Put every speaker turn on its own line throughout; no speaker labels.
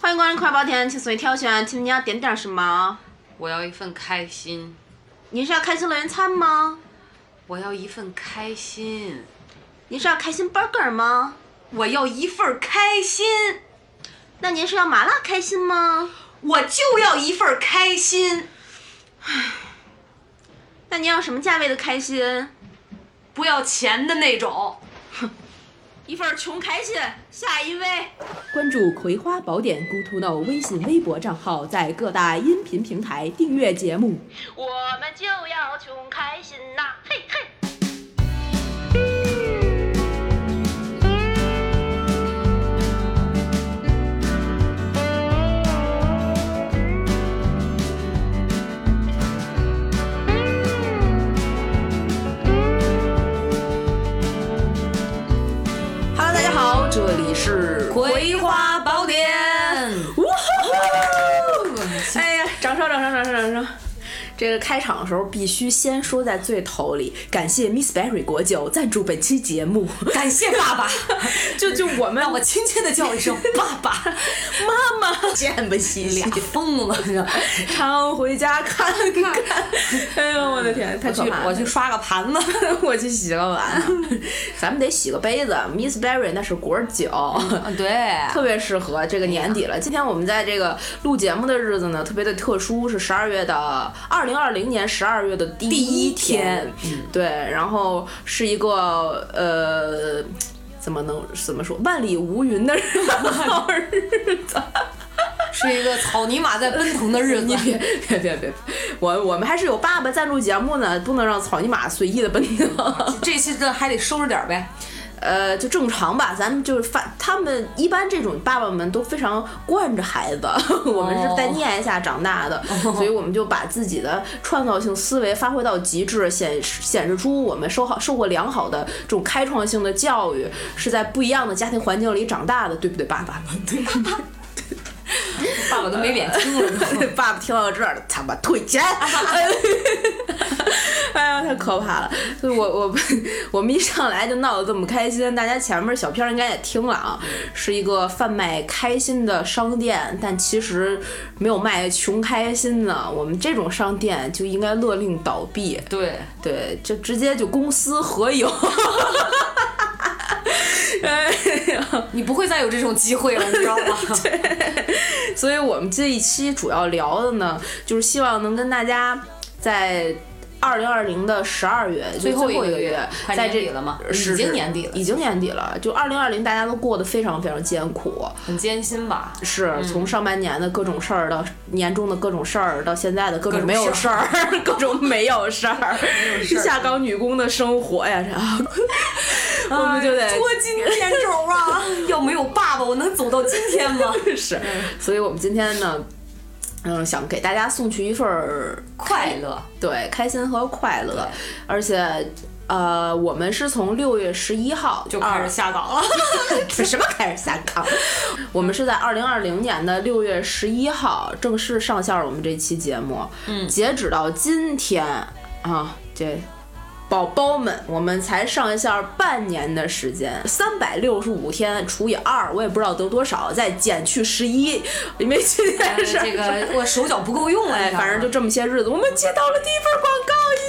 欢迎光临快报店，请随意挑选，请问您要点点什么？
我要一份开心，
您是要开心乐园餐吗？
我要一份开心，
您是要开心 burger 吗？
我要一份开心，
那您是要麻辣开心吗？
我就要一份开心，
那您要什么价位的开心？
不要钱的那种。
一份穷开心，下一位。
关注《葵花宝典》Good to Know 微信、微博账号，在各大音频平台订阅节目。
我们就要穷开心呐、嘿嘿。
Hello，大家好，这里是
《葵花宝典》
哎呀，掌声，掌声，掌声，掌声！这个开场的时候必须先说在最头里，感谢 Miss Berry 果酒赞助本期节目，感谢爸爸， 就就我们，让我亲切的叫一声 爸爸、妈妈，见不稀
俩疯了，
常回家看看。 哎呦，我的天，太
我去
可怕了！
我去刷个盘子，
我去洗个碗， 咱们得洗个杯子。Miss Berry 那是果酒，
嗯，对，
特别适合这个年底了。今天我们在这个录节目的日子呢，特别的特殊，是十二月的二零二零年十二月的第一天，嗯对，然后是一个呃。怎么能怎么说万里无云的日子？
是一个草泥马在奔腾的日
你
子。
别别别别，我我们还是有爸爸赞助节目呢，不能让草泥马随意的奔 腾。
这期这还得收拾点儿呗，
呃，就正常吧，咱们就是发，他们一般这种爸爸们都非常惯着孩子， 我们是在溺爱下长大的，所以我们就把自己的创造性思维发挥到极致，显示显示出我们受好受过良好的这种开创性的教育，是在不一样的家庭环境里长大的，对不对，爸 爸？对，
爸爸都没脸听了都。
爸爸听到这儿，他妈退钱！哎呀，太可怕了！所以我我我们一上来就闹得这么开心，大家前面小片儿应该也听了啊，是一个贩卖开心的商店，但其实没有卖穷开心的。我们这种商店就应该勒令倒闭，
对，
对，就直接就公私合营。哎呀！
你不会再有这种机会了，你知道 吗？
所以我们这一期主要聊的呢，就是希望能跟大家在。二零二零的十二月，就
最后
后
一个
个
月快
在
年
这呃
底了嘛
是
已经
是
年底了
已经年底了。就二零二零，大家都过得非常非常艰苦，
很艰辛吧？
是从上半年的各种事儿到年终的各种事儿，到现在的各
各
种
种
没有
事
事儿， 各种没有事 儿，
事儿
下岗女工的生活呀，这 我们就得
捉襟见肘啊！ 要没有爸爸，我能走到今天 吗？嗯
是，所以我们今天呢，嗯，想给大家送去一份儿
快乐，
对，开心和快乐
对，
而且。呃，我们是从六月十一号
就开始下岗了。
始 什么开始下岗？我们是在二零二零年的六月十一号正式上线我们这期节目，嗯，截止到今天啊，这宝宝们，我们才上线半年的时间，三百六十五天除以二，我也不知道得多少，再减去十一，因为今
哎
天是
这个我手脚不够用了，你
哎，
知道吗
反正就这么些日子，我们接到了第一份广告耶！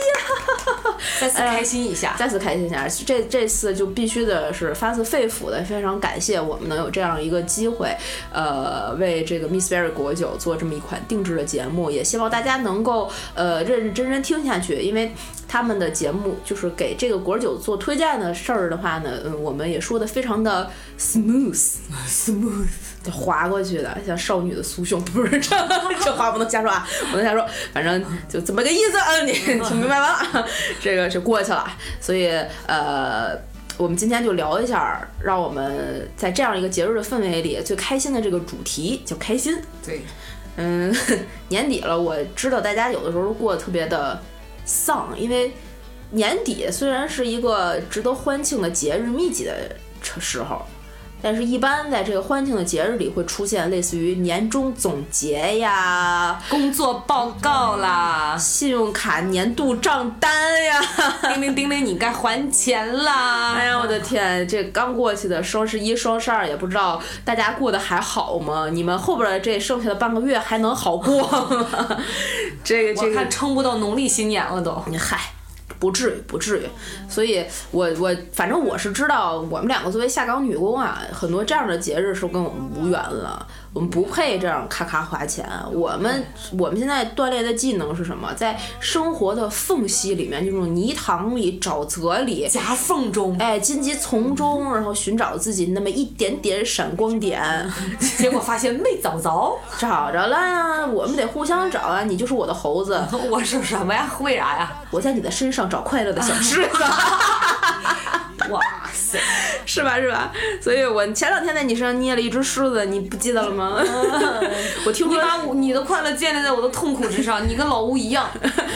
再次开心一下。
再次开心一下，这这次就必须的是发自肺腑的，非常感谢我们能有这样一个机会，呃，为这个 Miss Berry 果酒做这么一款定制的节目，也希望大家能够呃认认真真听下去，因为他们的节目就是给这个果酒做推荐的事儿的话呢，嗯，我们也说的非常的 smooth smooth，就 划过去的，像少女的酥胸，不是 这这话不能瞎说啊，不能瞎说，反正就怎么个意思啊？你听明白了啊？这个是过去了，所以呃。我们今天就聊一下，让我们在这样一个节日的氛围里最开心的这个主题叫开心。
对，
嗯， 年底了，我知道大家有的时候过得特别的丧，因为年底虽然是一个值得欢庆的节日密集的时候，但是，一般在这个欢庆的节日里会出现类似于年终总结呀、
工作报告啦，
信用卡年度账单呀。
叮铃叮铃，你该还钱啦！
哎呀，我的天，这刚过去的双十一、双十二，也不知道大家过得还好吗？你们后边儿这剩下的半个月还能好过 吗？这个这
我
个
看，撑不到农历新年了都。
你嗨。不至于，不至于。所以我，我反正我是知道，我们两个作为下岗女工啊，很多这样的节日是跟我们无缘了，我们不配这样咔咔花钱。我们我们现在锻炼的技能是什么？在生活的缝隙里面，这种泥塘里、沼泽里，
夹缝中，
哎，荆棘丛中，然后寻找自己那么一点点闪光点，
结果发现没找着。
找着了呀！我们得互相找啊！你就是我的猴子，
我说什么呀？为啥呀？
我在你的身上找快乐的小狮子，
哇塞！
是吧？是吧？所以我前两天在你身上捏了一只狮子，你不记得了吗？我听
你
说，
把我你的快乐建立在我的痛苦之上，你跟老吴一 样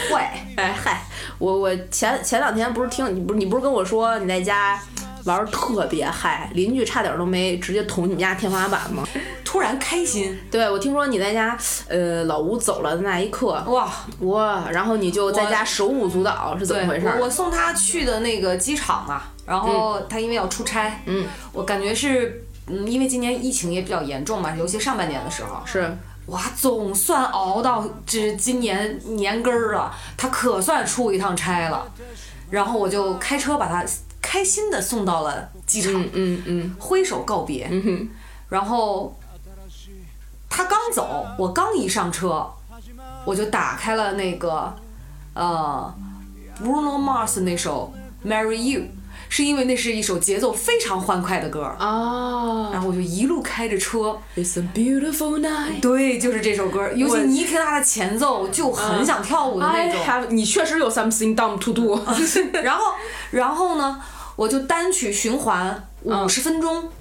坏。
哎嗨，我我前前两天不是听你不是你不是跟我说你在家玩儿特别嗨，邻居差点都没直接捅你们家天花板吗？
突然开心
对，我听说你在家，呃，老吴走了的那一刻，
哇！
哇，然后你就在家手舞足蹈是怎
对，
么回事儿？
我我送他去的那个机场嘛，然后他因为要出差，嗯，我感觉是。嗯，因为今年疫情也比较严重嘛，尤其上半年的时候，
是
哇，总算熬到这今年年根儿了，他可算出一趟差了。然后我就开车把他开心的送到了机场，
嗯嗯
挥手告别。
哼
然后他刚走，我刚一上车，我就打开了那个呃 Bruno Mars 那首《Marry You》，是因为那是一首节奏非常欢快的歌。
哦
然后我就一路开着车，
，It's a beautiful night。
对，就是这首歌，尤其你一听它的前奏，就很想跳舞的那
I
种。
have，你确实有 something dumb to do。哎
然后，然后呢，我就单曲循环五十分钟。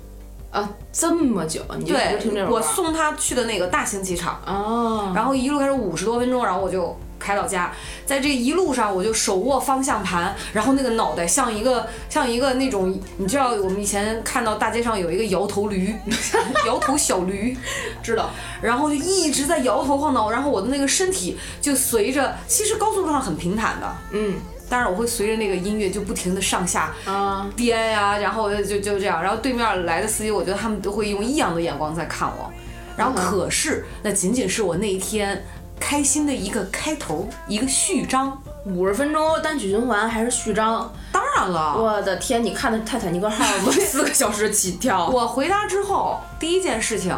啊，这么久嗯你就一直听这
对，
首歌？啊
我送他去的那个大型机场，
哦，
然后一路开始五十多分钟，然后我就开到家，在这一路上我就手握方向盘，然后那个脑袋像一个像一个那种，你知道我们以前看到大街上有一个摇头驴， 摇头小驴，
知道。
然后就一直在摇头晃脑，然后我的那个身体就随着，其实高速路上很平坦的，
嗯
但是我会随着那个音乐就不停的上下
啊，
颠呀、然后就就这样，然后对面来的司机，我觉得他们都会用异样的眼光在看我，然
嗯
后可是那仅仅是我那一天开心的一个开头，一个序章。
五十分钟单曲循环还是序章？
当然了，
我的天，你看的《泰坦尼克号》吗？ 四个小时起跳
我回家之后第一件事情，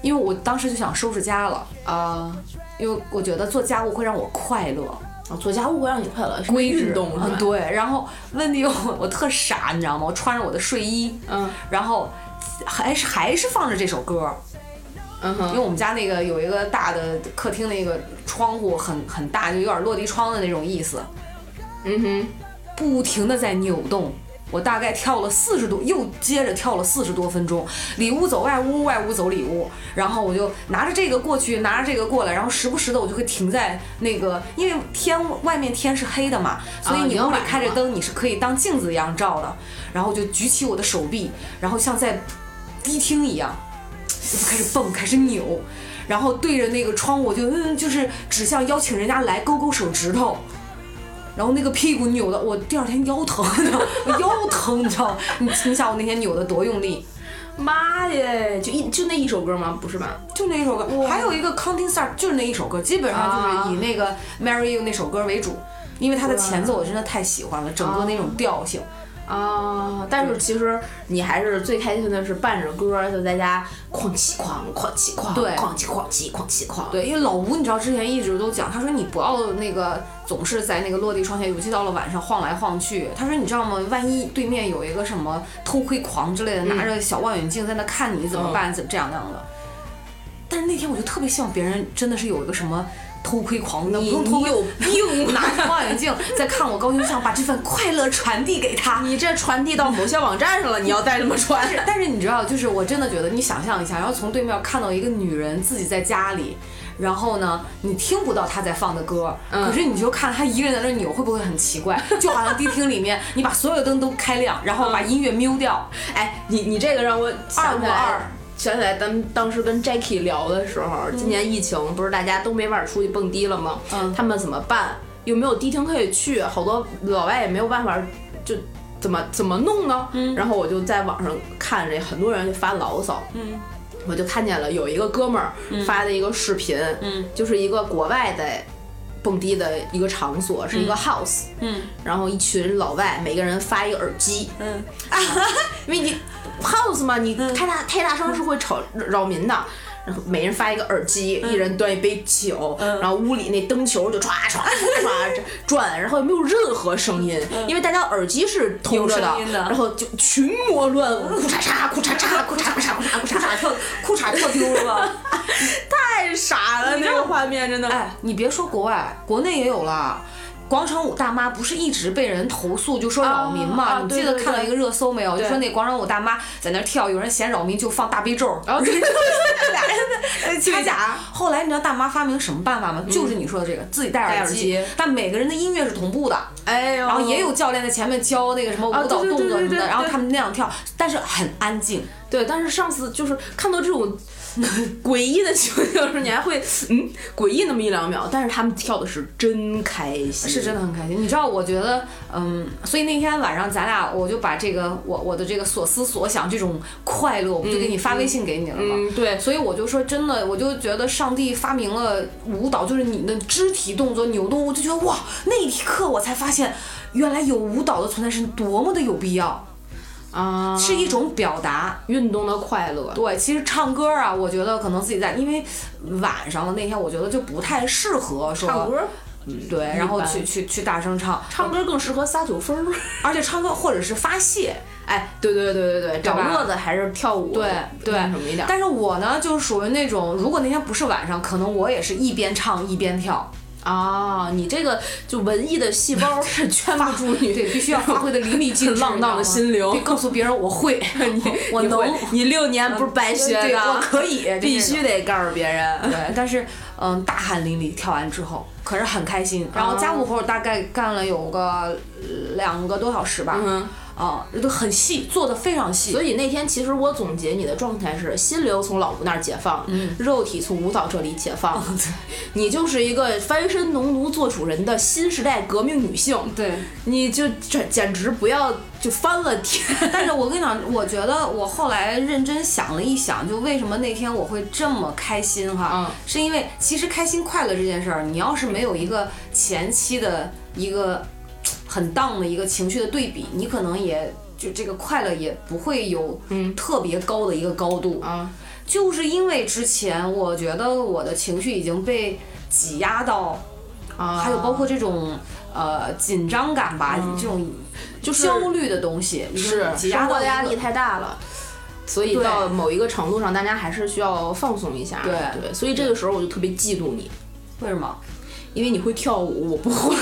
因为我当时就想收拾家了，
啊！
因为我觉得做家务会让我快乐。
啊做家务会让你快乐，是
规制
运动是
嗯，
吧？
对。然后问题我我特傻，你知道吗？我穿着我的睡衣，
嗯
然后还是还是放着这首歌，
嗯
因
哼，
为我们家那个有一个大的客厅，那个窗户很很大，就有点落地窗的那种意思，
嗯哼，
不停的在扭动。我大概跳了四十多，又接着跳了四十多分钟，里屋走外屋，外屋走里屋，然后我就拿着这个过去，拿着这个过来，然后时不时的我就会停在那个，因为天外面天是黑的嘛，所以
啊
你
已经
屋里
晚上
开着
了
灯，你是可以当镜子一样照的。然后我就举起我的手臂，然后像在迪厅一样，我就开始蹦，开始扭，然后对着那个窗户，我就嗯，就是指向邀请人家来，勾勾手指头。然后那个屁股扭的，我第二天腰疼，你知道吗，我腰疼，你知道吗？ 你你想我那天扭的多用力，
妈耶，就一就那一首歌吗？不是吧？
就那一首歌，还有一个 Counting Star，就是那一首歌，基本上就是以那个 Marry You 那首歌为主，因为它的前奏我真的太喜欢了，整个那种调性。
啊，但是其实你还是最开心的是伴着歌就在家哐起哐哐起哐，
对
哐起哐起哐起哐，，
对，因为老吴，你知道之前一直都讲，他说你不要那个总是在那个落地窗前，尤其到了晚上晃来晃去。他说你知道吗？万一对面有一个什么偷窥狂之类
嗯
的，拿着小望远镜在那看你怎么办？怎么这样那样的。但是那天我就特别希望别人真的是有一个什么偷窥狂的，不
你
用偷
你
窥，
有病
拿
啊！
着望远镜在看我高兴，想把这份快乐传递给 他。
你这传递到某些网站上了，你要再这么传，
但是你知道，就是我真的觉得，你想象一下，然后从对面看到一个女人自己在家里，然后呢，你听不到他在放的歌，
嗯
可是你就看他一个人在那扭，会不会很奇怪？就好像迪厅里面，你把所有灯都开亮，然后把音乐 mute 掉，
哎，你你这个让我想起来
二五二
想起来咱们当时跟 Jackie 聊的时候，今年疫情不是大家都没法出去蹦迪了吗？
嗯
他们怎么办？有没有迪厅可以去？好多老外也没有办法，就怎么怎么弄呢？然后我就在网上看这很多人就发牢骚，
嗯
我就看见了有一个哥们儿发的一个视频，
嗯
就是一个国外的蹦迪的一个场所，是一个 house，
嗯
然后一群老外每个人发一个耳机，
嗯
因为你 house 嘛，你太大太大声是会吵扰民的。然后每人发一个耳机，一人端一杯酒，然后屋里那灯球就唰唰唰唰转，然后也没有任何声音，因为大家耳机是通着
有声音的
然后就群魔乱舞，裤嚓嚓，裤嚓嚓，裤嚓裤嚓裤嚓裤
裤衩
嚓，
跳裤衩跳丢了吧？
太傻了，那个画面真的。
哎，你别说国外，国内也有啦。广场舞大妈不是一直被人投诉，就说扰民嘛？
啊啊
你
对
记得
对
看到
对
一个热搜没有？就
对
说那广场舞大妈在那儿跳，有人嫌扰民就放大悲咒，
然后对对对，俩 人在掐架，
后来你知道大妈发明什么办法吗？就是你说的这个，自己戴耳
嗯戴耳机
但每个人的音乐是同步的，
哎呦，
然后也有教练在前面教那个什么舞
啊对
蹈
对对
动作
对
什么
对
的，
对
然后他们那样跳，但是很安静。
对，但是上次就是看到这种 诡异的情况，就是你还会嗯诡异那么一两秒，但是他们跳的是真开心，
是真的很开心。你知道，我觉得，嗯，所以那天晚上咱俩，我就把这个我我的这个所思所想这种快乐，我不就给你发微信给你了吗？
嗯，对，
所以我就说，真的，我就觉得上帝发明了舞蹈，就是你的肢体动作扭动，我就觉得哇，那一刻我才发现，原来有舞蹈的存在是多么的有必要，
啊，
是一种表达。
运动的快乐，
对，其实唱歌啊，我觉得可能自己在，因为晚上的那天，我觉得就不太适合说嗯
唱歌，
对，然后去
般
去去大声唱，
唱歌更适合撒酒疯儿。
而且唱歌或者是发泄。
哎，对对对对对，找
吧
乐子还是跳舞
对对
那什么一点儿。
但是我呢，就是属于那种，如果那天不是晚上，可能我也是一边唱一边跳，
啊，你这个就文艺的细胞 是圈不住你，
对，必须要发挥的淋漓尽致，
浪荡的心灵
得告诉别人我会， 你 我
你
能嗯
会，你六年不是白学
对我
的，
可以，就
必
这种
须得告诉别人。
对，但是嗯，大汗淋漓跳完之后，可是很开心。然后家务活儿大概干了有个呃两个多小时吧，
嗯，
啊，都很细，做的非常细
所。以那天其实我总结你的状态是：心灵从老吴那儿解放，
嗯
肉体从舞蹈这里解
哦
放。你就是一个翻身农奴做主人的新时代革命女性，
对，
你就这简直不要就翻了 天。
但是我跟你讲，我觉得我后来认真想了一想，就为什么那天我会这么开心哈，
嗯
是因为其实开心快乐这件事儿，你要是没有一个前期的一个很 down 的一个情绪的对比，你可能也就这个快乐也不会有
嗯
特别高的一个高度。
啊，
就是因为之前我觉得我的情绪已经被挤压到，
啊嗯
还有包括这种呃紧张感吧，这种
就是
焦虑的东西，已经
是
挤
生
压
活
到
的压
一个
力。太大了。所以
对
到某一个程度上，大家还是需要放松一下。
对
对，所以这个时候我就特别嫉妒你，
为什么？
因为你会跳舞，我不会。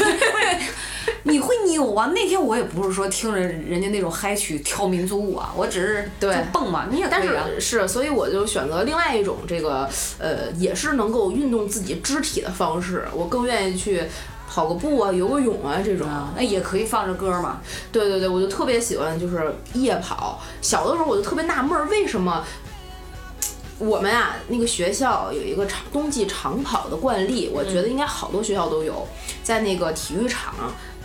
你会扭啊？那天我也不是说听着人家那种嗨曲跳民族舞啊，我只是
对
就蹦嘛，你也
但
可以啊。
是是，所以我就选择另外一种这个呃，也是能够运动自己肢体的方式。我更愿意去跑个步啊、游个泳啊这种。
啊，那也可以放着歌嘛。
对对对，我就特别喜欢就是夜跑。小的时候我就特别纳闷儿，为什么我们啊那个学校有一个长冬季长跑的惯例，我觉得应该好多学校都有，在那个体育场。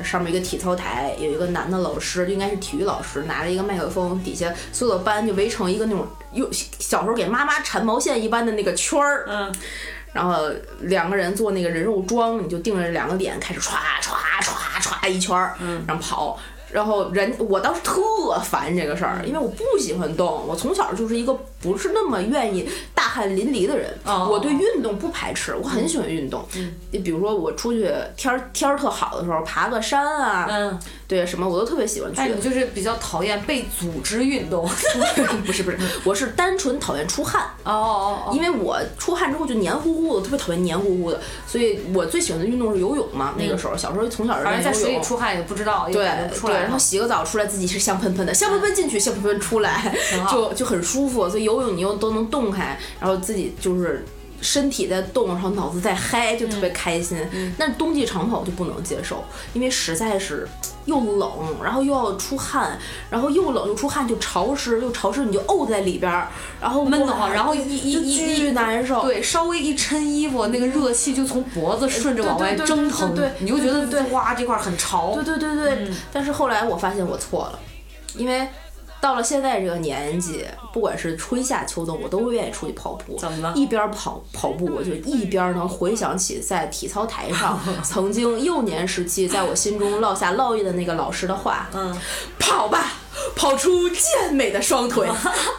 上面一个体操台，有一个男的老师，应该是体育老师，拿着一个麦克风，底下所有的班就围成一个那种用小时候给妈妈缠毛线一般的那个圈儿，
嗯，
然后两个人做那个人肉桩，你就定着两个点开始歘歘歘歘一圈儿，嗯，然后跑。然后人，我当时特烦这个事儿，因为我不喜欢动，我从小就是一个不是那么愿意大汗淋漓的人。
哦嗯
我对运动不排斥，我很喜欢运动。你比如说我出去天儿天儿特好的时候，爬个山啊，
嗯，哎
对什么我都特别喜欢去。
但你就是比较讨厌被组织运动。
不是不是，我是单纯讨厌出汗。
哦哦哦，
因为我出汗之后就黏糊糊的，特别讨厌黏糊糊的，所以我最喜欢的运动是游泳嘛。那个时候小时候从小就
嗯反正在
练游
水里
泳，
出汗也不知道，也
对
感觉不出
对，
来
然后
嘛。
洗个澡出来自己是香喷喷的，香喷喷进去，香喷喷出来
挺，好
就就很舒服。所以游泳你又都能动开，然后自己就是。身体在动，然后脑子在嗨，就特
嗯
别开心。但冬季长跑我就不能接受，因为实在是又冷，然后又要出汗，然后又冷又出汗，就潮湿，又潮湿你就沤在里边儿，然后
闷得
哇
慌，然后一一
就
一
巨
一
难受。
对，稍微一抻衣服，那个热气就从脖子顺着往外
对对对
蒸
对
腾
对对，
你就觉
对对
得
对
哇，这块儿很潮
对。对对对，
嗯
但是后来我发现我错了，因为到了现在这个年纪，不管是春夏秋冬，我都愿意出去跑步。
怎么了
一边跑跑步，我就一边能回想起在体操台上曾经幼年时期在我心中烙下烙印的那个老师的话。
嗯，
跑吧，跑出健美的双腿；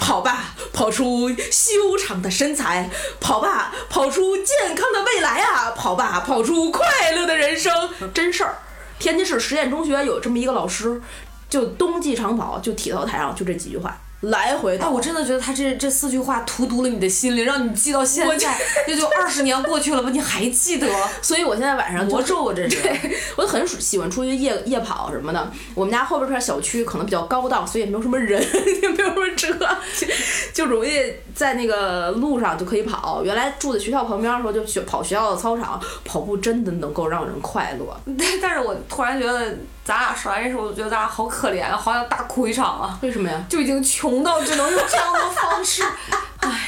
跑吧，跑出修长的身材；跑吧，跑出健康的未来啊！跑吧，跑出快乐的人生。真事儿，天津市实验中学有这么一个老师，就冬季长跑，就体操台上就这几句话，来回
哎，
倒。
我真的觉得他这这四句话荼毒了你的心灵，让你记到现
我
在，这就二十年过去了吧，你还记得？
所以我现在晚上就
魔咒啊，这是。
我就很喜欢出去夜夜跑什么的。我们家后边这片小区可能比较高档，所以也没有什么人， 也没有什么车， 就就容易在那个路上就可以跑。原来住在学校旁边的时候，就学跑学校的操场跑步，真的能够让人快乐。
但但是我突然觉得，咱俩说完这事，我觉得咱俩好可怜啊，好想大哭一场啊，
为什么呀？
就已经穷到只能用这样的方式。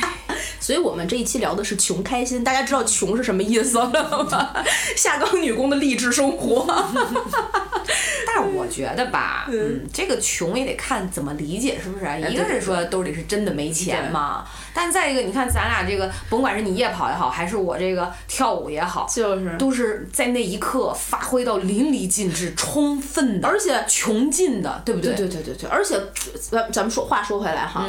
所以我们这一期聊的是穷开心，大家知道穷是什么意思了吗？ 下岗女工的励志生活。
但是我觉得吧，嗯，这个穷也得看怎么理解，是不是啊？一个
对
是说兜里是真的没钱
对
嘛，但再一个，你看咱俩这个，甭管是你夜跑也好，还是我这个跳舞也好，
就是
都是在那一刻发挥到淋漓尽致、充分的，
而且
穷尽的，对不
对对对对对，而且咱咱们说话说回来哈，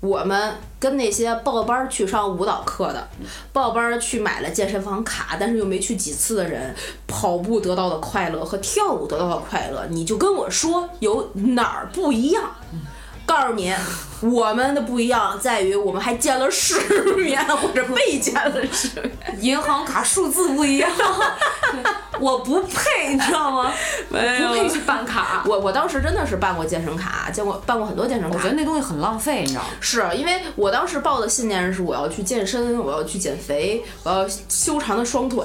我们跟那些报班儿去上舞蹈课的，报班儿去买了健身房卡，但是又没去几次的人，跑步得到的快乐和跳舞得到的快乐，你就跟我说有哪儿不一样？告诉你，我们的不一样在于我们还见了世面，或者被见了世面。
银行卡数字不一样， 我不配，你知道吗？不配去办卡。
我我当时真的是办过健身卡，见过办过很多健身卡。
我觉得那东西很浪费，你知道吗？
是因为我当时抱的信念是我要去健身，我要去减肥，我要修长的双腿，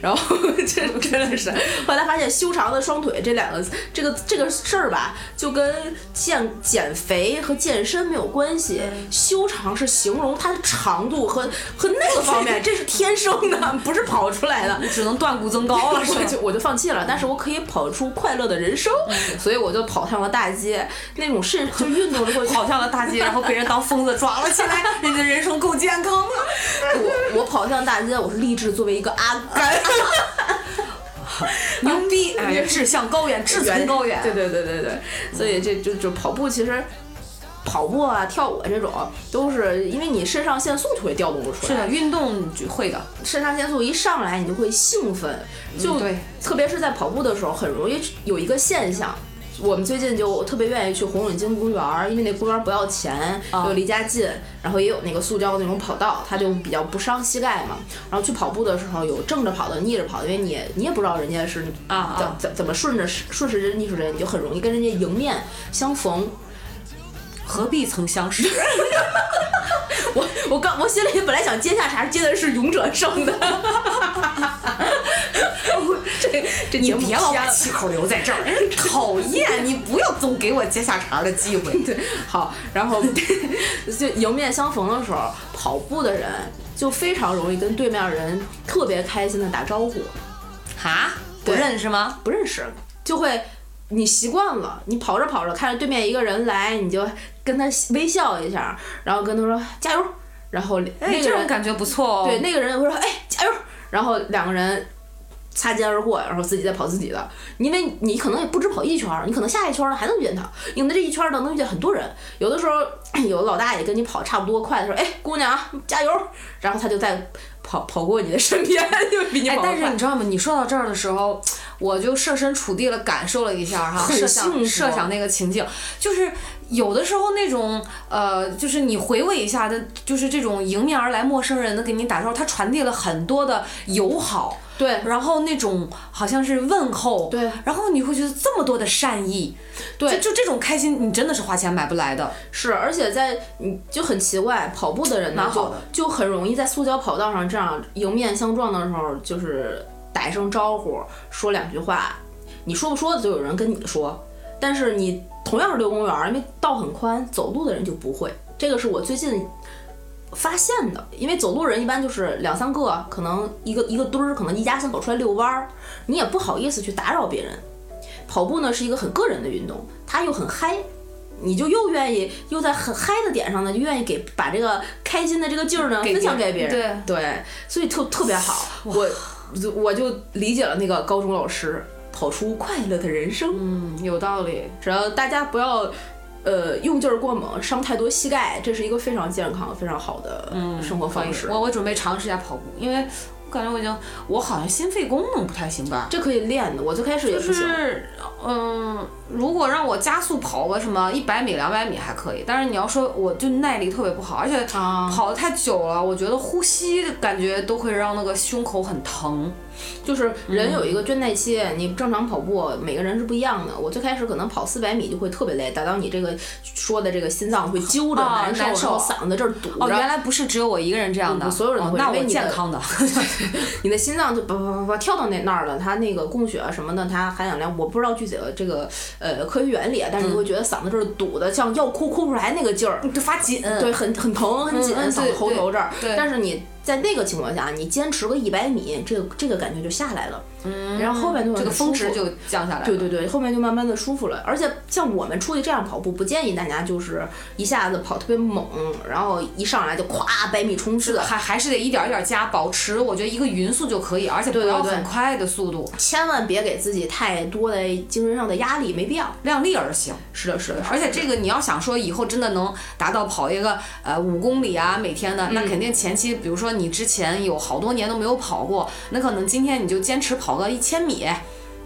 然后 这真的是，后来发现修长的双腿这两个这个这个事儿吧，就跟健减肥和健身没有关系，修长是形容它的长度和和那个方面，这是天生的，不是跑出来的。
只能断骨增高嗯了，是吧
我？就我就放弃了，但是我可以跑出快乐的人生，所以我就跑上了大街，那种是就运动的过程，
跑向了大街，然后被人当疯子抓了起来，你的人生够健康的。
我我跑向大街，我是立志作为一个阿甘，
牛逼！哎，志向高远，志存高远。
对对对对对，所以这就就跑步其实。跑步啊，跳舞啊，这种都是因为你肾上腺素就会调动出来，
是的，运动就会的。
肾上腺素一上来，你就会兴奋，就、
嗯对
特别是在跑步的时候，很容易有一个现象。我们最近就特别愿意去红领巾公园儿，因为那公园儿不要钱，
啊
就离家近，然后也有那个塑胶的那种跑道，它就比较不伤膝盖嘛。然后去跑步的时候，有正着跑的、逆着跑的，因为你也你也不知道人家是
啊啊
怎怎怎么顺着顺时针逆时针，你就很容易跟人家迎面相逢。
何必曾相识？
我我刚我心里本来想接下茬，接的是勇者胜的。 这这
你
节目
别老
偏
把
了
气口留在这儿，讨厌！你不要总给我接下茬的机会。
对，好，然后 就迎面相逢的时候，跑步的人就非常容易跟对面人特别开心的打招呼，
哈，不
对
认识吗？
不认识就会。你习惯了，你跑着跑着看着对面一个人来，你就跟他微笑一下，然后跟他说加油，然后那
哎，
个
这
人
种感觉不错哦。
对，那个人会说：“哎，加油！”然后两个人擦肩而过，然后自己再跑自己的。因为你可能也不止跑一圈儿，你可能下一圈儿呢还能遇见他，你可能这一圈儿呢能遇见很多人。有的时候 有的老大爷跟你跑差不多快的时候，哎，姑娘啊，加油！ 然后他就再跑跑过你的身边， 就比你
哎
跑，得
但是
快
你知道吗？你说到这儿的时候，我就设身处地了感受了一下哈，
很
设
幸
想
福
设想那个情境，就是有的时候那种呃，就是你回味一下的，就是这种迎面而来陌生人的给你打招呼，他传递了很多的友好，
对
然后那种好像是问候，
对
然后你会觉得这么多的善意，
对
就就这种开心，你真的是花钱买不来的。
是，而且在你就很奇怪，跑步的人呢
蛮好
就
的
就很容易在塑胶跑道上这样迎面相撞的时候，就是打一声招呼，说两句话，你说不说的就有人跟你说，但是你同样是遛公园儿，因为道很宽，走路的人就不会，这个是我最近。发现的，因为走路人一般就是两三个，可能一个一个堆儿，可能一家三口出来遛弯儿，你也不好意思去打扰别人。跑步呢是一个很个人的运动，它又很嗨，你就又愿意又在很嗨的点上呢，就愿意给把这个开心的这个劲儿呢
给
啊分享
别
给
人
别人，对，所以特特别好。我我就理解了那个高中老师跑出快乐的人生，
嗯，有道理。
只要大家不要。呃，用劲儿过猛，伤太多膝盖，这是一个非常健康、非常好的
嗯
生活方式。
我我准备尝试一下跑步，因为我感觉我已经，我好像心肺功能不太行吧。
这可以练的，我最开始也
就
不行。
是，嗯，如果让我加速跑个什么一百米、两百米还可以，但是你要说我就耐力特别不好，而且
啊
跑得太久了，我觉得呼吸感觉都会让那个胸口很疼。
就是
嗯
人有一个倦怠期，你正常跑步，每个人是不一样的。我最开始可能跑四百米就会特别累，达到你这个说的这个心脏会揪着
啊
难受，
难受
然后嗓子这儿堵着，
哦，原来不是只有我一个人这样的，
不不所有人都
哦
会
那
因
我
为你的
健 康的，
你的心脏就叭叭叭叭跳到那那儿了，它那个供血啊什么的，它含氧量我不知道具体的这个呃科学原理啊，但是你会
嗯
觉得嗓子这儿堵的，像要哭哭不出来那个劲儿，
就发紧。
对，很很疼很紧，
嗯嗯
嗓
嗯
子
对
喉头这儿。
对对
但是你在那个情况下，你坚持个一百米，这个这个感觉就下来了，嗯，然后后面就
这个
很舒
峰值
服
就降下来了。
对对对，后面就慢慢的舒服了。而且像我们出去这样跑步，不建议大家就是一下子跑特别猛，然后一上来就咵百米冲刺，
还还是得一点一点加，保持我觉得一个匀速就可以，而且不
对对
要
对
很快的速度，
千万别给自己太多的精神上的压力，没必要。
量力而行。
是的，是的，
而且这个你要想说以后真的能达到跑一个呃五公里啊每天的，那肯定前期比如说你之前有好多年都没有跑过，那可能今天你就坚持跑个一千米，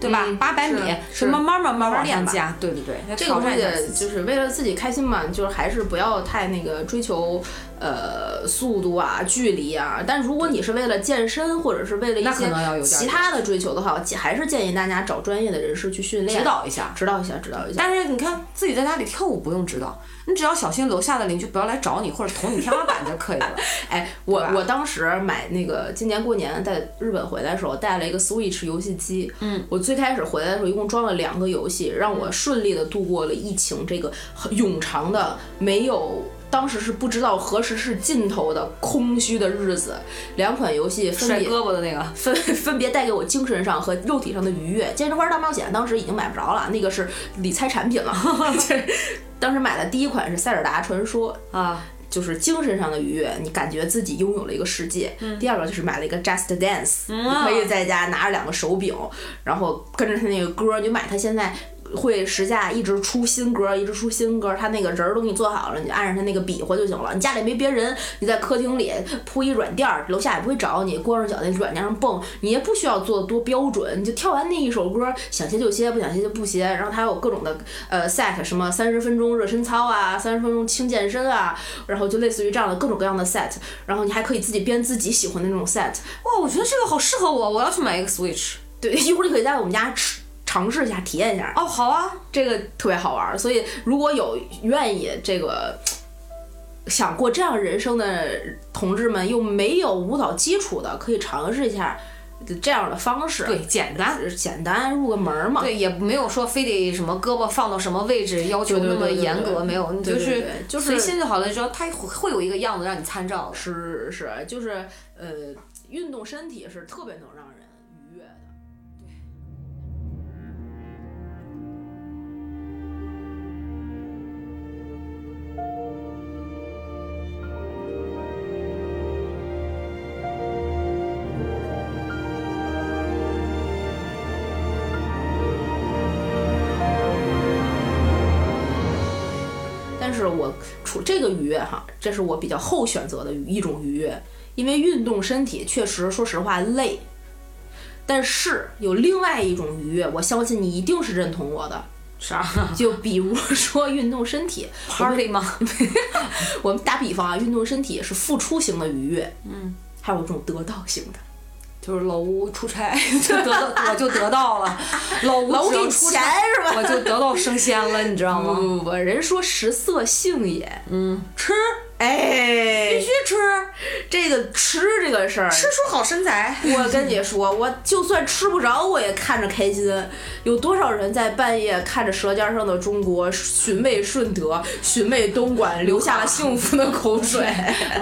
对吧
嗯？
八百、米，
是
是慢慢慢慢
慢慢
往上
练吧
加，对对对，
这个东
挑战一下自
西
己
就是为了自己开心嘛，就是还是不要太那个追求，呃，速度啊、距离啊。但如果你是为了健身或者是为了
那
一
可能要有
些
点
其他的追求的话，还是建议大家找专业的人士去训练，
指导一下。
指导一下，指导一下。
但是你看自己在家里跳舞不用指导，你只要小心楼下的邻居不要来找你或者捅你天花板就可以 了。
哎，我
对吧
我当时买那个今年过年在日本回来的时候带了一个 Switch 游戏机，嗯，我最开始回来的时候一共装了两个游戏，让
嗯
我顺利的度过了疫情这个很冗长的没有。当时是不知道何时是尽头的空虚的日子，两款游戏分
甩
别
胳膊的那个，
分分别带给我精神上和肉体上的愉悦。健身环大冒险当时已经买不着了，那个是理财产品了。 当时买的第一款是《塞尔达传说》，
啊，
就是精神上的愉悦，你感觉自己拥有了一个世界。第二个就是买了一个 Just Dance，、你
啊
可以
嗯
在家拿着两个手柄，然后跟着他那个歌，你就买他现在。会时下一直出新歌，一直出新歌，他那个人儿都给你做好了，你就按着他那个比划就行了。你家里没别人，你在客厅里铺一软垫儿，楼下也不会找你，光着脚在软垫上蹦，你也不需要做得多标准，你就跳完那一首歌，想歇就歇，不想歇就不歇。然后他有各种的呃 set，什么三十分钟热身操啊，三十分钟轻健身啊，然后就类似于这样的各种各样的 set，然后你还可以自己编自己喜欢的那种 set。
哇，我觉得这个好适合我，我要去买一个 Switch。
对， 一会儿你可以在我们家吃。尝试一下，体验一下，
哦，好啊，
这个特别好玩儿。所以，如果有愿意这个想过这样人生的同志们，又没有舞蹈基础的，可以尝试一下这样的方式。
对，简单。
对，简单入个门儿嘛。
对，也没有说非得什么胳膊放到什么位置，要求
对对
那么
对对
严
对
格，没有，你
对
就
对
是
对就是
随心就好了。之后它会会有一个样子让你参照的。
是是，就是呃，运动身体是特别能让人愉悦的。但是我除这个愉悦哈，这是我比较后选择的一种愉悦，因为运动身体确实，说实话累，
啊
但是有另外一种愉悦，我相信你一定是认同我的，
啥
就比如说 运动身体，
party 吗？
我们打比方啊，运动身体是付出型的愉悦，嗯，还有一种得到型的，
就是老吴出 差就得到，我就得到了。老吴
老吴
只要
给
出
钱
差
是吧
我就得到升仙了，你知道
不
吗？
不不不，人说食色性也，
吃
哎，
嗯必须吃，
这个吃这个事儿，
吃出好身材，
我跟你 说，我就算吃不着，我也看着开心。有多少人在半夜看着《舌尖上的中国》寻味顺德、寻味东莞，流下了幸福的口 水？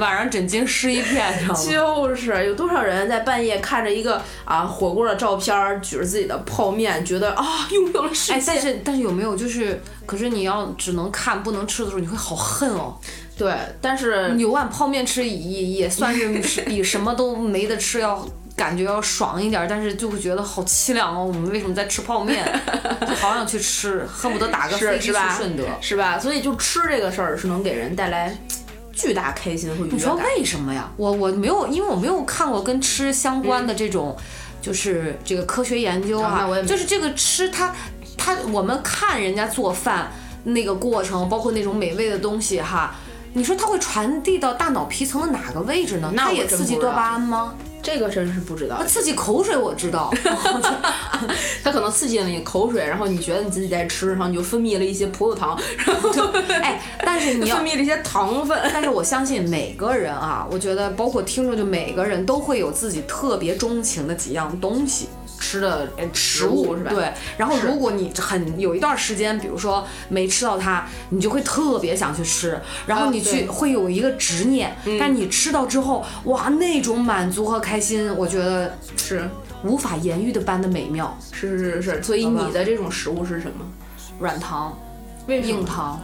晚上枕巾湿一片，你知道吗？
就是有多少人在半夜看着一个啊火锅的照片儿，举着自己的泡面，觉得啊拥有了世
哎，
界。
但是但是有没有就是，可是你要只能看不能吃的时候，你会好恨哦。
对，但是
牛碗泡面吃也也算是是比什么都没得吃要感觉要爽一点，但是就会觉得好凄凉哦。我们为什么在吃泡 面？就好想去吃，恨不得打个
是
飞机
是
去
吧
顺德。
是吧？所以就吃这个事儿是能给人带来巨大开心和愉悦
你说
感。
为什么呀？我我没有，因为我没有看过跟吃相关的这种，就是这个科学研究
啊
嗯啊
那我也，没
就是这个吃它它我们看人家做饭那个过程，包括那种美味的东西哈。你说它会传递到大脑皮层的哪个位置呢？
那
它
我
也
真
刺激
不知
多
道
巴胺吗？
这个真是不知道
那，刺激口水我知 道，
它可能刺激了你口水，然后你觉得你自己在吃，然后你就分泌了一些葡萄糖，然后
哎，但是你要
分泌了一些糖分。
但是我相信每个人啊，我觉得包括听众，就每个人都会有自己特别钟情的几样东西，
吃的哎
呃
食
食
物
物
是吧
对，然后如果你很有一段时间，比如说没吃到它，你就会特别想去吃，然
啊
后你去、
对嗯
会有一个执念，但你吃到之后，哇，那种满足和开心，我觉得
是
无法言喻的般的美妙。
是是是，所以
好吧
你的这种食物是什么？
软糖、
为
硬？糖，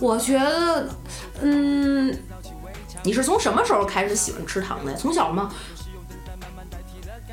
我觉得，嗯，
你是从什么时候开始喜欢吃糖的？从小吗？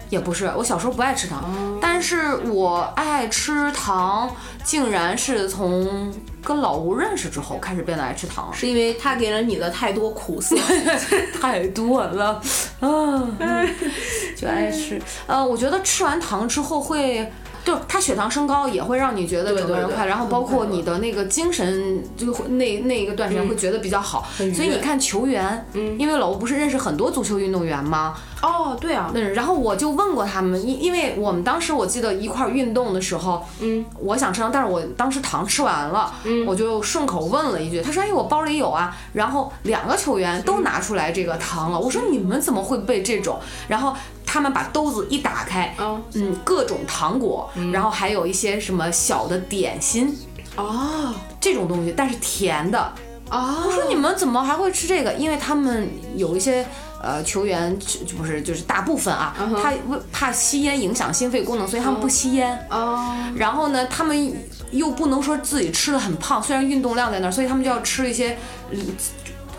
也不是，我小时候不爱吃糖，但是我爱吃糖，竟然是从跟老吴认识之后开始变得爱吃糖了，
是因为它给了你的太多苦涩。
太多了啊，嗯 就爱吃。呃，我觉得吃完糖之后会。就是它血糖升高也会让你觉得
对
整个人
对对
快乐，然后包括你的那个精神，就会那那一个段时间会觉得比较好。
很愉
所以
悦
你看球员，因为老吴不是认识很多足球运动员吗？
哦，对啊，
嗯，然后我就问过他们，因因为我们当时我记得一块儿运动的时候，嗯，我想吃糖，但是我当时糖吃完了，嗯，我就顺口问了一句，他说：“哎，我包里有啊。”然后两个球员都拿出来这个糖了，我说：“你们怎么会被这种？”然后他们把兜子一打开，
哦
嗯，各种糖果，然后还有一些什么小的点心
哦
这种东西，但是甜的，
哦，
我说你们怎么还会吃这个？因为他们有一些呃球员就就不是就是大部分啊
嗯哼
他为怕吸烟影响心肺功能，所以他们不吸烟。
哦，
然后呢，他们又不能说自己吃的很胖，虽然运动量在那儿，所以他们就要吃一些。嗯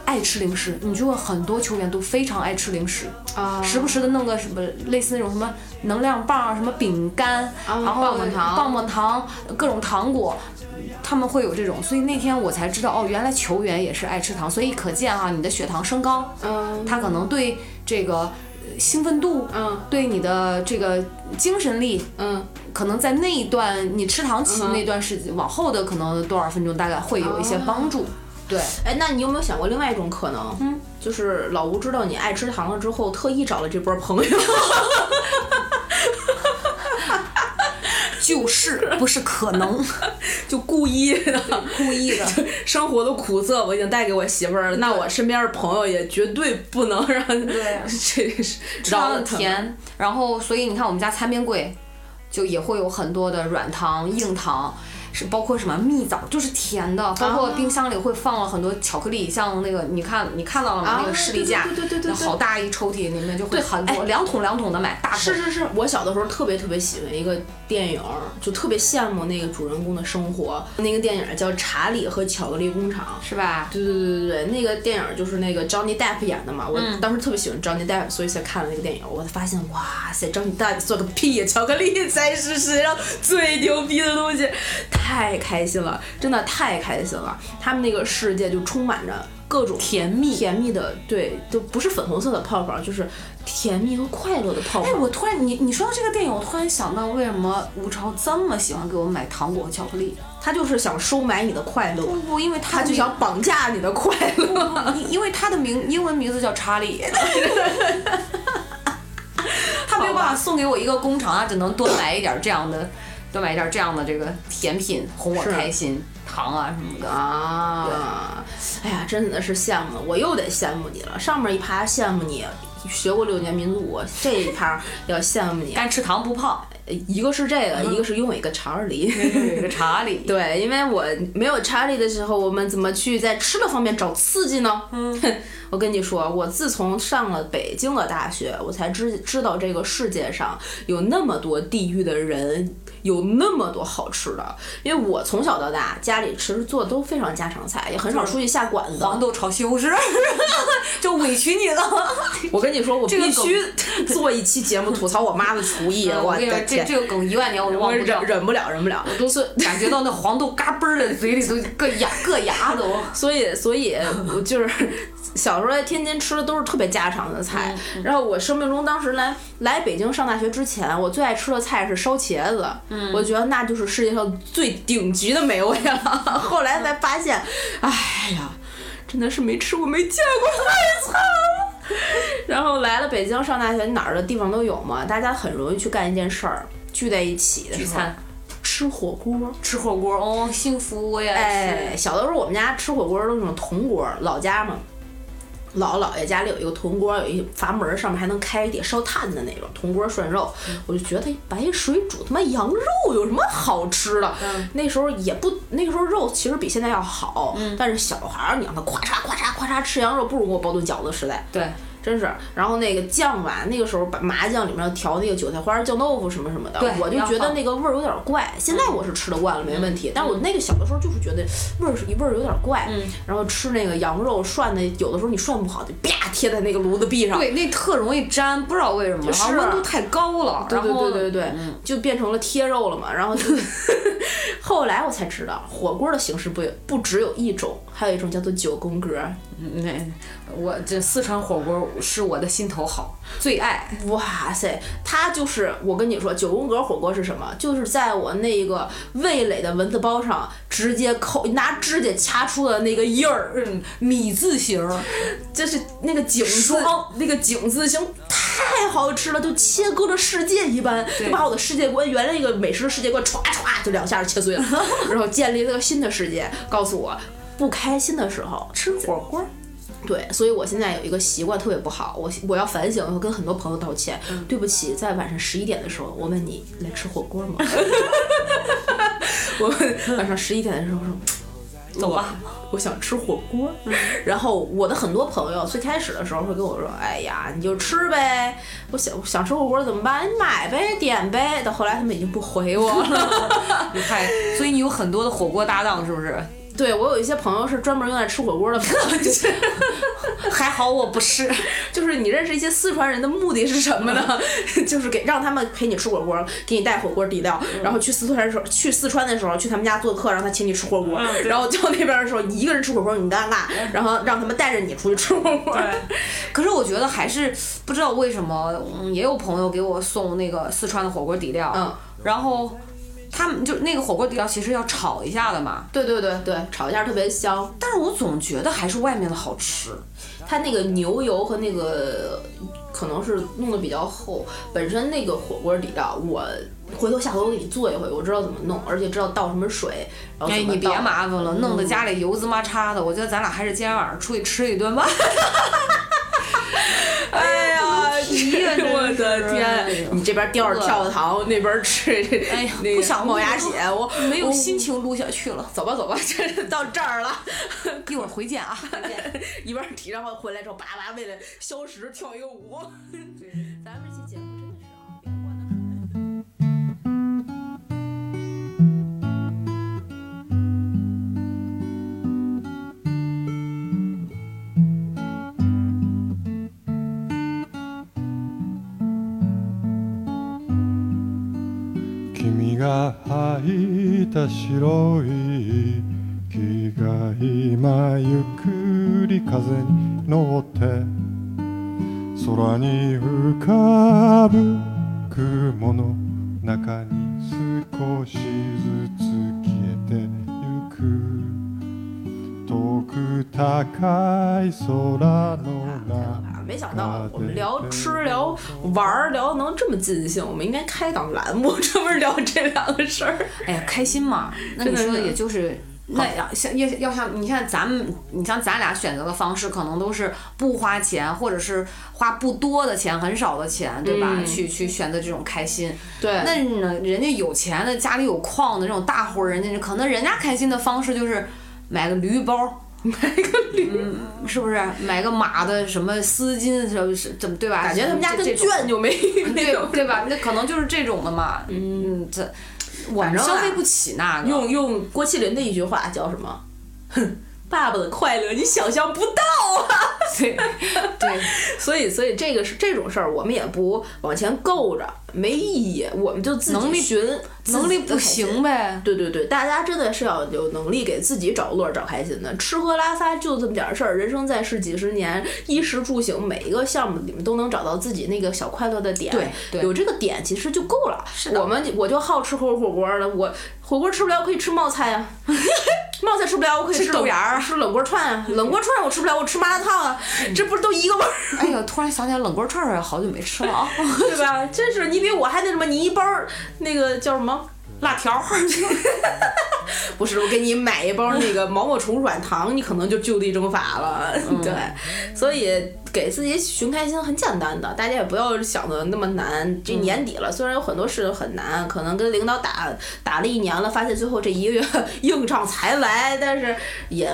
爱吃零食，你就会很多球员都非常爱吃零食，
啊
时不时的弄个什么类似那种什么能量棒啊、什么饼干，
啊
然后
棒棒糖
棒棒糖、各种糖果，他们会有这种。所以那天我才知道，哦，原来球员也是爱吃糖。所以可见哈、啊你的血糖升高，
嗯
它可能对这个呃兴奋度，
嗯
对你的这个精神力，
嗯，
可能在那一段你吃糖期
嗯哼
那段时间往后的可能多少分钟，大概会有一些帮助。对，
哎，那你有没有想过另外一种可能？嗯，就是老吴知道你爱吃糖了之后，特意找了这波朋友。
就是不是可能
就故意 的，
故意的。
生活的苦涩我已经带给我媳妇儿了，那我身边的朋友也绝对不能让
对
这是
吃完了，甜，然后所以你看我们家餐边柜就也会有很多的软糖、硬糖，是包括什么蜜枣，就是甜
啊
的，包括冰箱里会放了很多巧克力，像那个你看你看到了吗？
啊
那个士力架，
对对对对对对
好大一抽屉，里面就会
对哎
很多，两桶两桶的买，大桶。
是是是，我小的时候特别特别喜欢一个电影儿，就特别羡慕那个主人公的生活。那个电影儿叫《查理和巧克力工厂》，
是吧？
对对对对对，那个电影儿就是那个 Johnny Depp 演的嘛，我
嗯
当时特别喜欢 Johnny Depp，所以才看了那个电影儿。我才发现，哇塞，Johnny Depp 做个屁呀，巧克力才是世界上最牛逼的东西，太开心了，真的太开心了。他们那个世界就充满着各种
甜蜜。
甜蜜的，对，就不是粉红色的泡泡，就是甜蜜和快乐的泡泡。
哎，我突然你你说到这个电影，我突然想到为什么吴超这么喜欢给我买糖果和巧克力？
他就是想收买你的快乐，
不不，因为
他
他的
就
名
想绑架你的快乐。
因因为他的名英文名字叫查理。 他没有办法送给我一个工厂，他只能多买一点这样的， 多买一点这样的这个甜品，哄我
是
开心，糖啊什么的。
啊，哎呀，真的是羡慕，我又得羡慕你了。上面一趴羡慕你学过六年民族舞，这一趴要羡慕你。
但吃糖不胖，
一个是这个，一个是拥有一个查尔里。
有一个查理。
对，因为我没有查理的时候，我们怎么去在吃的方面找刺激呢？嗯， 我跟你说，我自从上了北京的大学，我才知知道这个世界上有那么多地域的人，有那么多好吃的。因为我从小到大家里吃做的都非常家常菜，也很少出去下馆 子。
黄豆炒西红柿，就委屈你了。
我跟你说，我
这个哦
必须做一期节目吐槽我妈的厨 艺，我
我跟你说
的，
这
天，
这个梗一万年我都忘
我
不掉
忍。忍不了，忍不了。
都是感觉到那黄豆嘎嘣儿的，嘴里都 硌牙硌 牙都。
所以，所以我就是 小时候在天津吃的都是特别家常的菜。
嗯
然后我生命中当时来来北京上大学之前，我最爱吃的菜是烧茄子，
嗯
我觉得那就是世界上最顶级的美味了。 后来才发现，哎呀，真的是没吃过没见过，太惨了。 然后来了北京上大学，哪儿的地方都有嘛，大家很容易去干一件事儿，聚在一起的时
聚
候
餐
吃火锅。
吃火锅哦，幸福我也
哎，
是。
小的时候我们家吃火锅都是那种铜锅，老家嘛，姥姥姥爷家里有一个铜锅，有一阀门儿，上面还能开一点烧炭的那种铜锅涮肉，我就觉得白水煮他妈羊肉有什么好吃
嗯
的？那时候也不，那个时候肉其实比现在要好，但是小孩儿你让他咵嚓咵嚓咵嚓吃羊肉，不如给我包顿饺子实在。
对，
真是，然后那个酱吧，那个时候把麻酱里面要调那个韭菜花儿酱豆腐什么什么的
对，
我就
要
觉得
放
那个味儿有点怪。现在我是吃得惯了，没问题。但我那个小的时候就是觉得味儿是一味儿有点怪，然后吃那个羊肉涮的，有的时候你涮不好就啪贴在那个炉子壁上，
对，那特容易粘，不知道为什么，
是
好像温度太高了，
对
然
对
后
对对对，嗯就变成了贴肉了嘛。然 后就后来我才知道，火锅的形式不有不只有一种，还有一种叫做九宫格。
嗯那我这四川火锅是我的心头好，最爱。
哇塞，它就是我跟你说，九宫格火锅是什么？就是在我那个味蕾的蚊子包上直接抠，拿指甲掐出的那个印儿，
嗯，米字形，
就是那个井字
爽，
那个井字形太好吃了，就切割了世界一般，
对
就把我的世界观，原来一个美食的世界观，歘歘就两下切碎了，然后建立了个新的世界，告诉我。不开心的时候吃火锅，对，所以我现在有一个习惯特别不好，我我要反省，我跟很多朋友道歉，对不起，在晚上十一点的时候，我问你来吃火锅吗？我问晚上十一点的时候说。
走吧
我，我想吃火锅。然后我的很多朋友最开始的时候会跟我说：“哎呀，你就吃呗，我想我想吃火锅怎么办？你买呗，点呗。”到后来他们已经不回我了。
你看，所以你有很多的火锅搭档是不是？
对我有一些朋友是专门用来吃火锅的朋友，就是
还好我不是，
就是你认识一些四川人的目的是什么呢？ 就是给让他们陪你吃火锅，给你带火锅底料，
嗯
然后去四川的时候，去四川的时候去他们家做客，让他请你吃火锅，
嗯
然后到那边的时候，你一个人吃火锅你尴尬，然后让他们带着你出去吃火锅。
可是我觉得还是不知道为什么，嗯，也有朋友给我送那个四川的火锅底料，
嗯，
然后他们就那个火锅底料其实要炒一下的嘛，
对 对对对，炒一下特别香。
但是我总觉得还是外面的好吃。
它那个牛油和那个可能是弄得比较厚，本身那个火锅底料，我回头下回我给你做一回，我知道怎么弄，而且知道倒什么水，然后
哎，
怎么
你别
倒
麻烦了，弄得家里油滋麻叉的。我觉得咱俩还是今天晚上出去吃一顿 吧。
哎呀，
提呀真是
我的
哎呦
天！你这边吊着跳糖，那边吃，
哎呀
那个
不想
冒
录
牙
了
血，我
没有
我
心情录下去了，
走吧走吧，这到 这儿了，
一会儿回见啊。
一边提上后回来之后，叭叭为了消食跳一个舞。咱们这期节目真的是啊，别管它
君が履いた白い息が今ゆっくり風に乗って空に浮かぶ雲の中に少しずつ消えてゆく遠く高い空の中
啊，没想到我们聊吃、聊玩儿、聊能这么尽兴，我们应该开档栏目专门聊这两个事儿。
哎呀，开心嘛！那你
真的
说
是
的也就是。那要像要要像你看咱们，你像咱俩选择的方式，可能都是不花钱，或者是花不多的钱、很少的钱，对吧？
嗯
去去选择这种开心。
对
那呢，人家有钱的，家里有矿的这种大户人家，可能人家开心的方式就是买个驴包， 买个驴，嗯、是不是？买个马的什么丝巾，什么是怎么对吧？
感觉他们家
这
跟
这种
卷就没 那
对
种。
对吧？那可能就是这种的嘛。嗯，这我
反
们
正
消
啊
费不起那个。
用用郭麒麟的一句话叫什么？哼，爸爸的快乐你想象不到啊！
对对，
所以，所以这个是这种事儿，我们也不往前够着，没意义，我们就自
能
己
力
寻
能力
自己
不。
的开心
行呗。
对对对，大家真的是要有能力给自己找乐儿、找开心的。吃喝拉撒就这么点儿事儿，人生在世几十年，衣食住行每一个项目里面都能找到自己那个小快乐的点。
对对
有这个点其实就够了。
是的
我们我就好吃火火锅了，我火锅吃不了，我可以吃冒菜呀、 冒菜吃不了，我可以
吃
吃
豆
冷
芽儿
吃冷锅串啊，冷锅串我吃不了，我吃麻辣烫啊，这不是都一个味儿？
哎呀，突然想起来冷锅串串好久没吃了啊！
对吧？真是你比我还那什么，你一包儿那个叫什么辣条儿，不是我给你买一包儿那个毛毛虫软糖，你可能就就地正法了。 对，所以给自己寻开心很简单的，大家也不要想的那么难。这年底了，虽然有很多事很难，可能跟领导打打了一年了，发现最后这一个月硬仗才来，但是也。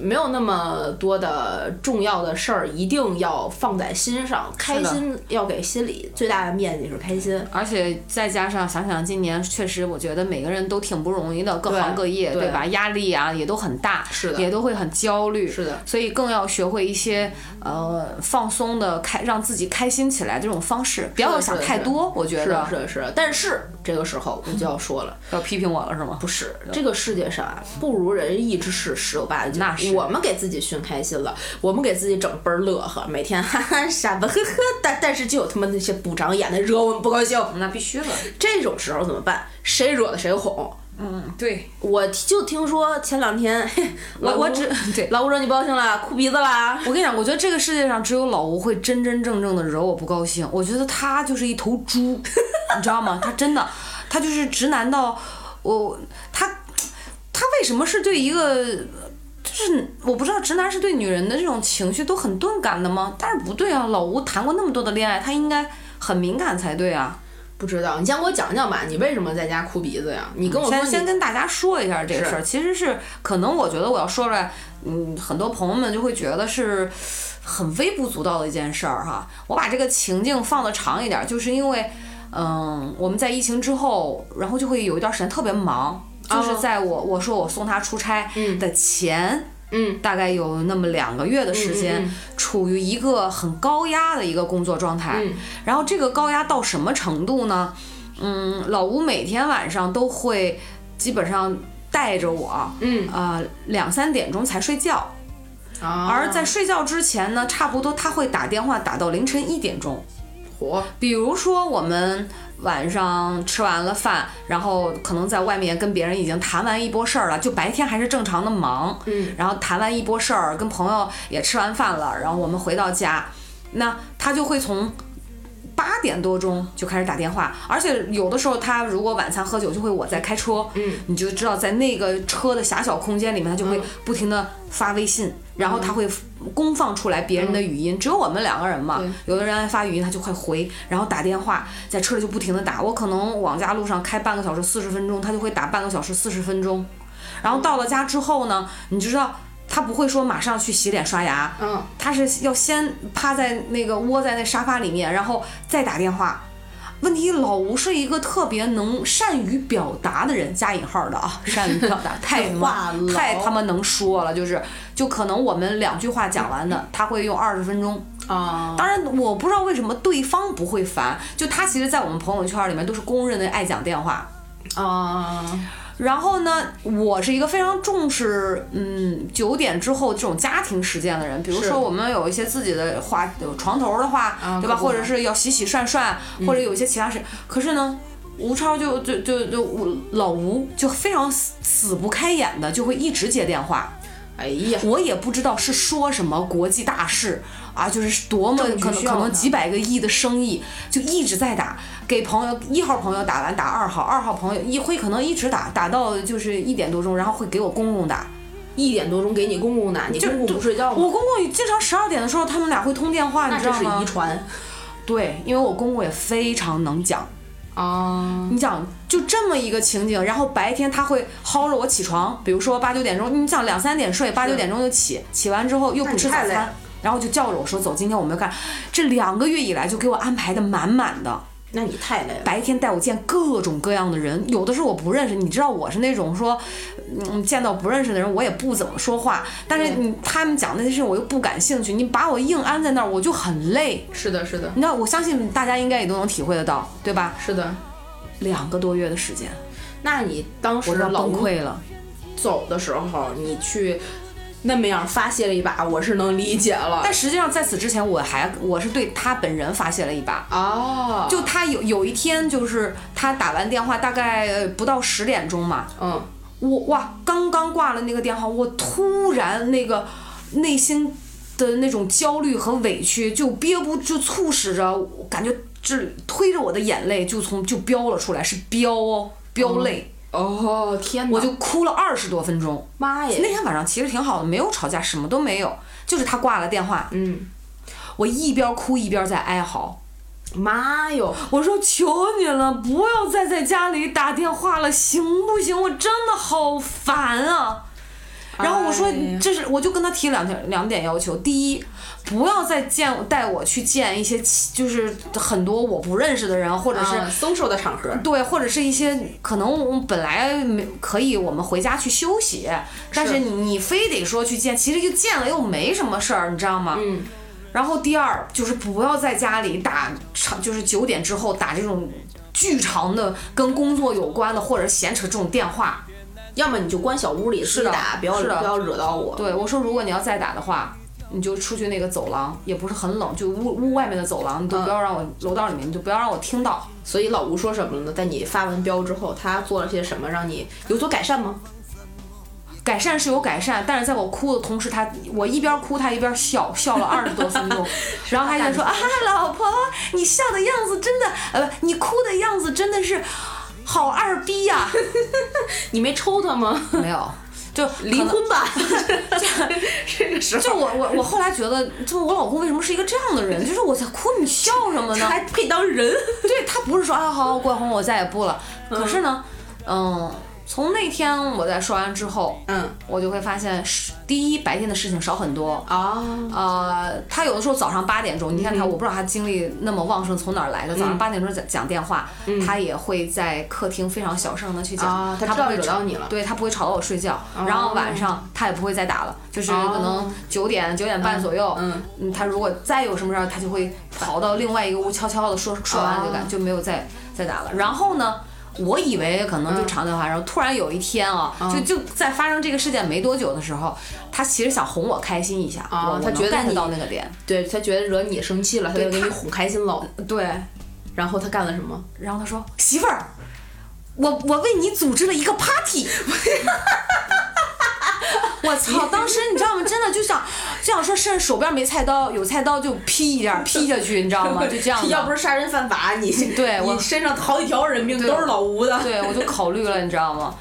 没有那么多的重要的事儿，一定要放在心上。开
是的
心要给心里最大的面积是开心。
而且再加上想想今年，确实我觉得每个人都挺不容易的，各
对
行各业，
对
对吧？压力啊也都很大，
是的
也都会很焦虑，
是的。
所以更要学会一些呃放松的开，让自己开心起来这种方式，不要
是
想
的
太
是的
多。我觉
是
得
的，是的，是的。但是这个时候你就要说了，
要批评我了是吗？
不是这个世界上啊，不如人意之事十有八九。
那是
我们给自己寻开心了，我们给自己整倍儿乐呵，每天哈哈傻吧呵呵，但但是就有他妈那些不长眼的惹我们不高兴。
那必须的。
这种时候怎么办？谁惹了谁哄。
嗯，对，
我就听说前两天，嘿
我
老
我
吴
只对。
老吴惹你不高兴了，哭鼻子啦。
我跟你讲，我觉得这个世界上只有老吴会真真正正的惹我不高兴。我觉得他就是一头猪，你知道吗？他真的，他就是直男到我他他为什么是对一个就是我不知道直男是对女人的这种情绪都很钝感的吗？但是不对啊，老吴谈过那么多的恋爱，他应该很敏感才对啊。
不知道，你先给我讲讲吧，你为什么在家哭鼻子呀？你跟我说
先
你
先跟大家说一下这个事儿，其实是可能我觉得我要说出来，嗯，很多朋友们就会觉得是很微不足道的一件事儿哈。我把这个情境放的长一点，就是因为，嗯，我们在疫情之后，然后就会有一段时间特别忙，就是
哦
在我我说我送他出差
嗯
的前。
嗯
大概有那么两个月的时间，
嗯嗯嗯
处于一个很高压的一个工作状态。
嗯
然后这个高压到什么程度呢？嗯，老吴每天晚上都会基本上带着我，
嗯，
呃，两三点钟才睡觉。而
而
在睡觉之前呢，差不多他会打电话打到凌晨一点钟。
火，
比如说我们晚上吃完了饭，然后可能在外面跟别人已经谈完一波事儿了，就白天还是正常的忙，
嗯，
然后谈完一波事儿，跟朋友也吃完饭了，然后我们回到家，那他就会从。八点多钟就开始打电话，而且有的时候他如果晚餐喝酒，就会我在开车，
嗯，
你就知道在那个车的狭小空间里面，他就会不停的发微信，然后他会公放出来别人的语音，只有我们两个人嘛
对，
有的人还发语音，他就快回，然后打电话，在车里就不停的打。我可能往家路上开半个小时四十分钟，他就会打半个小时四十分钟。然后到了家之后呢，你就知道他不会说马上去洗脸刷牙，
嗯，
他是要先趴在那个窝在那沙发里面，然后再打电话。问题老吴是一个特别能善于表达的人，加引号的啊，善于表达，太
话痨
太他妈能说了，就是就可能我们两句话讲完的，他会用二十分钟
啊，
当然，我不知道为什么对方不会烦，就他其实，在我们朋友圈里面都是公认的爱讲电话。
啊，
然后呢，我是一个非常重视嗯九点之后这种家庭实践的人，比如
是
说我们有一些自己的话，有床头的话，
啊
对吧？
可不
或
嘛嗯
者是要洗洗涮涮，或者有一些其他事。可是呢，吴超就就就就我老吴就非常死死不开眼的，就会一直接电话。
哎呀，
我也不知道是说什么国际大事啊，就是多么
政治
可能
需要
可能
呢
几百个亿的生意，就一直在打，给朋友一号朋友打完打二号，二号朋友一会可能一直打，打到就是一点多钟，然后会给我公公打。
一点多钟给你公公打，你
就
公公不睡觉
我
吗？
公公经常十二点的时候，他们俩会通电话，
哦那
你知
这
道
是
吗
遗？传
对，因为我公公也非常能讲。
啊。
你想，就这么一个情景，然后白天他会薅着我起床，比如说八九点钟，你想两三点睡，八九点钟就起，起完之后又
那
不
你
吃早
太累
餐
了，
然后就叫着我说走，今天我们要干。这两个月以来就给我安排的满满的，
那你太累了，
白天带我见各种各样的人，有的是我不认识，你知道我是那种说，嗯，见到不认识的人我也不怎么说话，但是你他们讲那些事我又不感兴趣，你把我硬安在那儿，我就很累。
是的，是的，
你知道，我相信大家应该也都能体会得到，对吧？
是的。
两个多月的时间，
那你当时
我要
老
崩
公
溃了。
走的时候，你去那么样发泄了一把，我是能理解了。
但实际上，在此之前，我还我是对他本人发泄了一把。
哦，
就他有有一天，就是他打完电话，大概呃不到十点钟嘛，
嗯，
我哇，刚刚挂了那个电话，我突然那个内心的那种焦虑和委屈就憋不，就促使着我感觉这推着我的眼泪就从就飙了出来，是飙哦，飙泪，
哦，天哪，
我就哭了二十多分钟。
妈
那
耶，
天晚上其实挺好的，没有吵架，什么都没有，就是他挂了电话，
嗯，
我一边哭一边在哀嚎。
嗯妈哟，
我说求你了，不要再在家里打电话了，行不行？我真的好烦啊！然后我说
哎呀，
这是我就跟他提两条两点要求：第一，不要再见带我去见一些其就是很多我不认识的人，或者是、
啊 social 的场合，
对，或者是一些可能我们本来没可以我们回家去休息，但是你你非得说去见，其实就见了又没什么事儿，你知道吗？
嗯。
然后第二就是不要在家里打长，就是九点之后打这种巨长的跟工作有关的或者闲扯这种电话。
要么你就关小屋里自
是
己
的
打，不要
是的
不要惹到我。
对我说，如果你要再打的话。你就出去那个走廊，也不是很冷，就屋屋外面的走廊，你都不要让我、楼道里面，你就不要让我听到。
所以老吴说什么了呢？在你发完飙之后，他做了些什么让你有所改善吗？
改善是有改善，但是在我哭的同时，他我一边哭他一边笑，笑了二十多分钟，然后还在说啊，老婆，你笑的样子真的，呃，你哭的样子真的是好二逼呀、
你 没抽他吗？
没有，就
离
可能。
婚吧，这个时候
就我我我后来觉得，就我老公为什么是一个这样的人？就是我在哭，你笑什么 呢？
还配当人？
对他不是说啊好，冠红我再也不了。可是呢，嗯，从那天我在说完之后，
嗯
我就会发现，是第一白天的事情少很多，
啊，
呃，他有的时候早上八点
嗯
钟，你看他，我不知道他精力那么旺盛从哪儿来的。早上八点钟讲讲电话，他也会在客厅非常小声的去讲，
嗯啊他
他
知道
不会
惹
吵
到你了
对他不会吵到我睡觉。然后晚上他也不会再打了，就是
哦
可能九点九点半左右，
嗯
嗯，他如果再有什么事儿，他就会跑到另外一个屋悄悄的说说完
哦
就干，就没有再再打了。然后呢？我以为可能就长电话，然后突然有一天啊，
嗯
就就在发生这个事件没多久的时候，他其实想哄我开心一下，
啊
我我
他觉
能
得
get
你
到那个点，
对他觉得惹你生气了，他嗯就
对
给你
他
哄开心喽。
对。
然后他干了什 么？
然后他说：“媳妇儿，我我为你组织了一个 party。” 我操！当时你知道吗？真的就想就想说，是手边没菜刀，有菜刀就劈一下，劈下去，你知道
啊
吗？就这样 的。
要不是杀人犯法， 你
对我
你身上好几条人命
对
都是老吴的。
对，我就考虑了，你知道吗？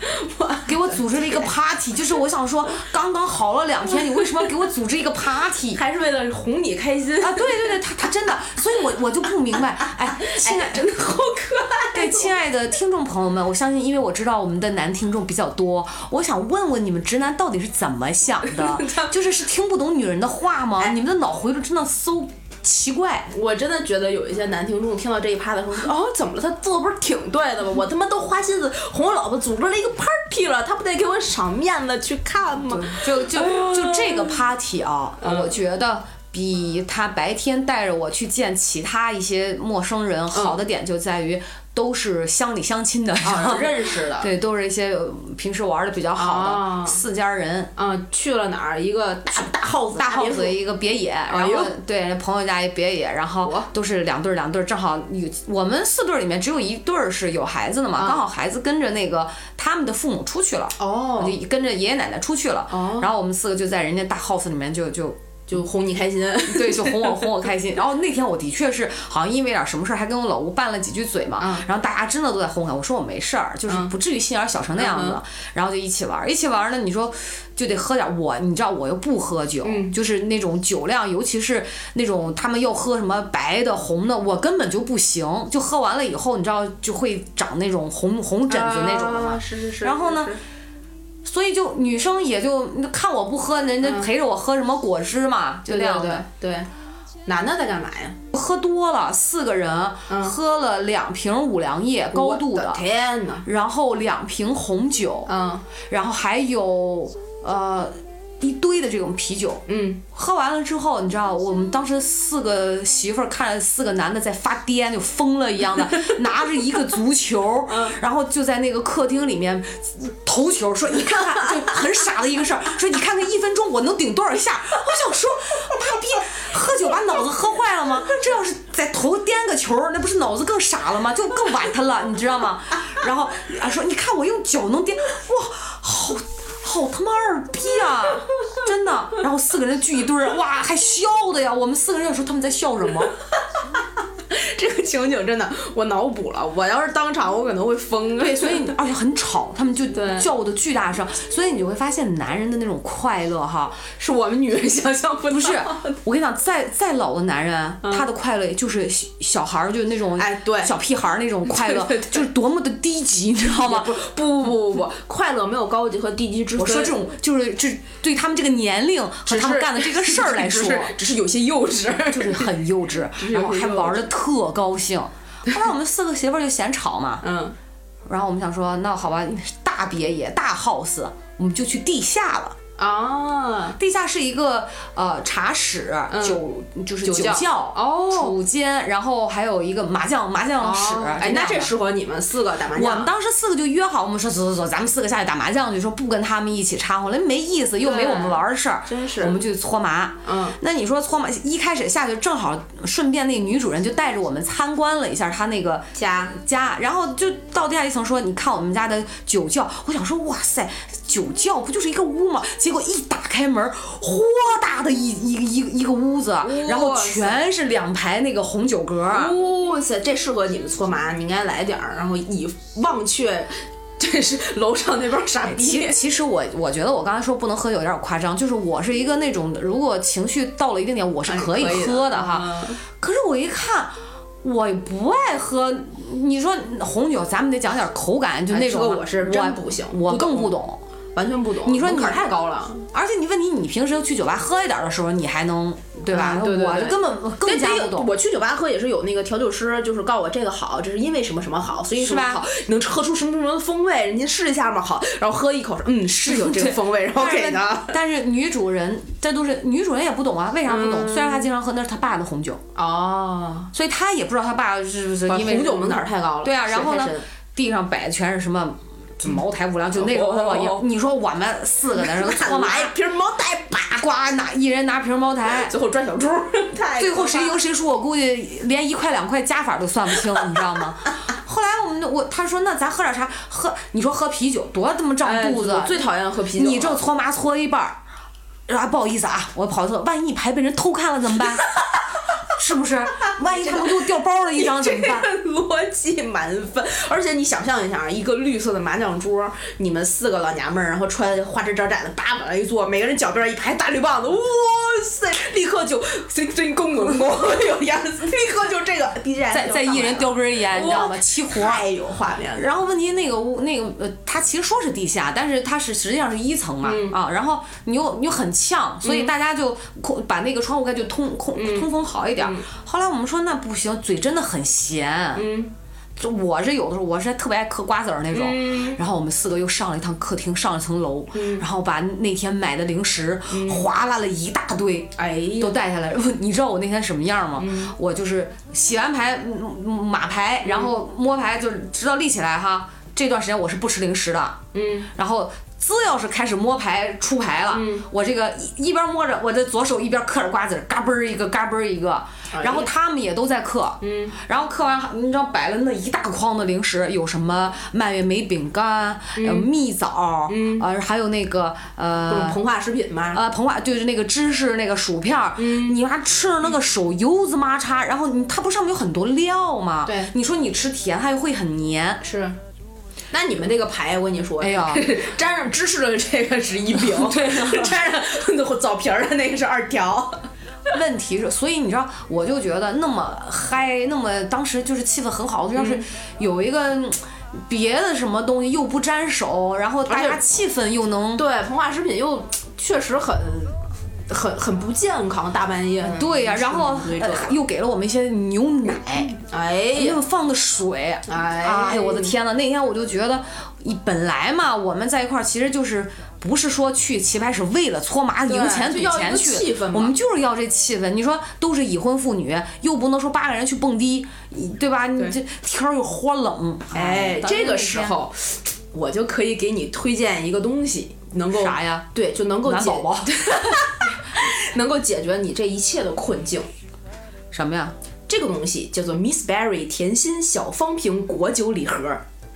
给我组织了一个 party，就是我想说，刚刚好了两天，你为什么要给我组织一个 party？
还是为了哄你开 心
啊，对对对，他他真的，所以我我就不明白，哎，亲爱
哎，真的好可爱。
对，亲爱的听众朋友们，我相信，因为我知道我们的男听众比较多，我想问问你们直男到底是怎么想的
他？哎
就是是听不懂女人的话吗？你们的脑回路真的搜奇怪。
我真的觉得有一些男听众听到这一趴的时候说，哦，怎么了？他做的不是挺对的吗？我他妈都花心思哄我老婆组织了一个 party 了，他不得给我赏面子去看吗？
就就
哦
就这个 party 啊，
嗯
我觉得。
嗯
比他白天带着我去见其他一些陌生人好的点就在于，都是乡里乡亲的，
啊，认识的，
对，都是一些呃平时玩的比较好的、
啊
四家人。
啊，去了哪儿？一个大大耗子，
大耗
别墅哎
子一个别野，然
呦
后对朋友家一别野，然后
我
都是两对儿两对儿，正好有我们四对儿里面只有一对儿是有孩子的嘛，
啊
刚好孩子跟着那个他们的父母出去了，
哦，
就跟着爷爷奶奶出去了，
哦
然后我们四个就在人家大 house 里面就就
就哄你开心，
对，就哄我哄我开心。然后那天我的确是好像因为点儿什么事儿，还跟我老吴拌了几句嘴嘛。
嗯
然后大家真的都在哄我，我说我没事儿，就是
嗯
不至于心眼儿小成那样子。
嗯
然后就一起玩儿，一起玩儿呢，你说就得喝点儿。我你知道我又不喝酒，
嗯
就是那种酒量，尤其是那种他们要喝什么白的、红的，我根本就不行。就喝完了以后，你知道就会长那种红红疹子那种的嘛。
啊是是是。
然后呢
是是
所以就女生也就看我不喝，人家
嗯
陪着我喝什么果汁嘛，就
对对
那样的。
对对，男的在干嘛呀？
喝多了，四个人、
嗯
喝了两瓶五粮液，高
我
度
的
的，啊
天哪！
然后两瓶红酒，
嗯
然后还有呃一堆的这种啤酒。
嗯，
喝完了之后，你知道我们当时四个媳妇儿看着四个男的在发癫，就疯了一样 的，拿着一个足球，然后就在那个客厅里面投球，说你看看，就很傻的一个事儿，说你看看一分钟我能顶多少下？我想说，妈逼，喝酒把脑子喝坏了吗？这要是再投颠个球儿，那不是脑子更傻了吗？就更崴他了，你知道吗？然后啊说，你看我用脚能颠，哇，好。好他妈二逼啊！真的，然后四个人聚一堆儿，哇，还笑的呀！我们四个人有时候他们在笑什么？
这个情景真的我脑补了，我要是当场我可能会疯。
对，所以你而且很吵，他们就
对
叫的巨大声，所以你就会发现男人的那种快乐哈，
是我们女人想象不到。
不是，我跟你讲，再再老的男人，他的快乐就是小小孩儿，就是那种
嗯哎对
小屁孩儿那种快乐，
对对对
就是多么的低级，你知道吗？
不不不不不，快乐没有高级和低级之分。
我说这种就是这对他们这个年龄和
只
他们
是
干的这个事儿 来
只
说，
是只是有些幼稚。
就是很幼稚，
是有
然后
些
还
幼
玩的特高兴。后来我们四个媳妇儿就嫌吵嘛，
嗯，
然后我们想说，那好吧，大别野大 house，我们就去地下了。
啊，
地下是一个呃茶室、酒，就是
嗯酒
酒
窖
窖、
哦
储间，然后还有一个麻将麻将室。
哦哎，
就
那
样
这
的
适合你们四个打麻将。
我们当时四个就约好，我们说走走走，咱们四个下去打麻将去，说不跟他们一起掺和了，没意思，又没
对
我们玩的事儿，
真是
我们就搓麻。
嗯，
那你说搓麻一开始下去，正好顺便那女主人就带着我们参观了一下她那个
家
家，然后就到地下一层说，你看我们家的酒窖，我想说哇塞，酒窖不就是一个屋吗？结果一打开门，豁大的一一一一个屋子，然后
哇塞
全是两排那个红酒格儿。
哇哦塞，这适合你们搓麻，你应该来点儿，然后以忘却 这是楼上那帮傻逼
其。其实我我觉得我刚才说不能喝酒有点夸张，就是我是一个那种如果情绪到了一定点，我是可以
哎可以的
喝的哈。
嗯
可是我一看。我不爱喝，你说红酒，咱们得讲点口感，就
哎
那
这
种
个
嘛。
我是真不行
我
不
更
懂
不懂。
完全不懂，
你说你
门槛太高了，
而且你问题，你平时去酒吧喝一点的时候，你还能对吧？
嗯对对
我就
对
根本更
但
加不
这个
懂。
我去酒吧喝也是有那个调酒师，就是告诉我这个好，这是因为什么什么好，所以
是
什么
吧
好，能喝出什么什么风味，您试一下嘛好，然后喝一口说嗯是有这个 风味，然后
但是
给的
但是女主人，这都是女主人也不懂啊，为啥不
嗯
懂？虽然她经常喝，那是她爸的红酒，
哦，哎
所以她也不知道她爸是不是因为
红酒门槛太高了，
对啊，然后呢
水太深，
地上摆的全是什么就茅台、五粮，就那种
哦哦哦哦
你说我们四个在那儿搓 麻
拿一瓶茅台，啪，
呱拿一人拿瓶茅台，
最后抓小猪，太
最
可
后
怕
谁赢谁输，我估计 连一块两块加法都算不清，你知道吗？后来我们就我他说那咱喝点啥？喝你说喝啤酒多他妈胀
哎
肚子，啊
我最讨厌喝啤酒了，
你正搓麻搓一半儿，啊不好意思啊，我跑错，万一牌被人偷看了怎么办？ 是不是？万一他们给我掉包了一张怎么 办？
逻辑满分，而且你想象一下啊，一个绿色的麻将桌，你们四个老娘们儿，然后穿花枝招展的，叭往那一坐，每个人脚边一排大绿棒子，哇塞，立刻就真真公哎公公有样子，立刻就这个 DJ
再再一人叼根烟，你知道吗？齐活儿。
太有画面了。
然后问题那个屋那个呃，它其实说是地下，但是它是实际上是一层嘛、
嗯
啊。然后你又你又很呛，所以大家就空、把那个窗户盖就
嗯
通空、通风好一点儿。后来我们说那不行，嘴真的很咸。
嗯
就我是有的时候我是特别爱嗑瓜子儿那种，然后我们四个又上了一趟客厅，上了层楼，
嗯
然后把那天买的零食哗啦了一大堆，
哎
都
呦，嗯
带下来。 你知道我那天什么样吗？我就是洗完牌嗯嗯码牌，然后摸牌，就是直到立起来哈。这段时间我是不吃零食的，
嗯，
然后只要是开始摸牌出牌了，我这个一一边摸着我的左手一边嗑着瓜子儿，嘎嘣儿一个，嘎嘣儿一个。然
哎
后他们也都在嗑，嗯，然后嗑完，你知道摆了那一大筐的零食，有什么蔓越莓饼干，
嗯
呃，蜜枣，嗯，呃，还有那个
各种
呃。
膨化食品嘛，
呃，膨化就是那个芝士那个薯片儿，
嗯
你还吃了那个手油子麻叉，然后你它不上面有很多料吗？
对
你说你吃甜还会很黏，
是。那你们那个牌，我跟你说，
哎呀，
沾上芝士的这个是一饼， 对、
啊
沾上枣皮儿的那个是二条。
问题是，所以你知道，我就觉得那么嗨，那么当时就是气氛很好。要
嗯
是有一个嗯别的什么东西又不沾手，然后大
而
家
且
气氛又能
对，膨化食品又确实很、很、很不健康，大半夜。
嗯对呀、然后、
对
呃又给了我们一些牛奶，
哎
又
呀，
放的水，
哎呀
哎呦我的天呐！那天我就觉得，一本来嘛，我们在一块儿其实就是不是说去棋牌室为了搓麻
对
赢钱
就
赌
要一
钱
个
去，
气氛嘛
我们就是要这气氛。你说都是已婚妇女，又不能说八个人去蹦迪，对吧？你这天儿又豁冷，
哎，
咱们
这
那
个时
天
候我就可以给你推荐一个东西，能够
啥呀？
对，就能够
暖
解
宝宝
能够解决你这一切的困境。
什么呀？
这个东西叫做 Miss Berry 甜心小方瓶果酒礼盒。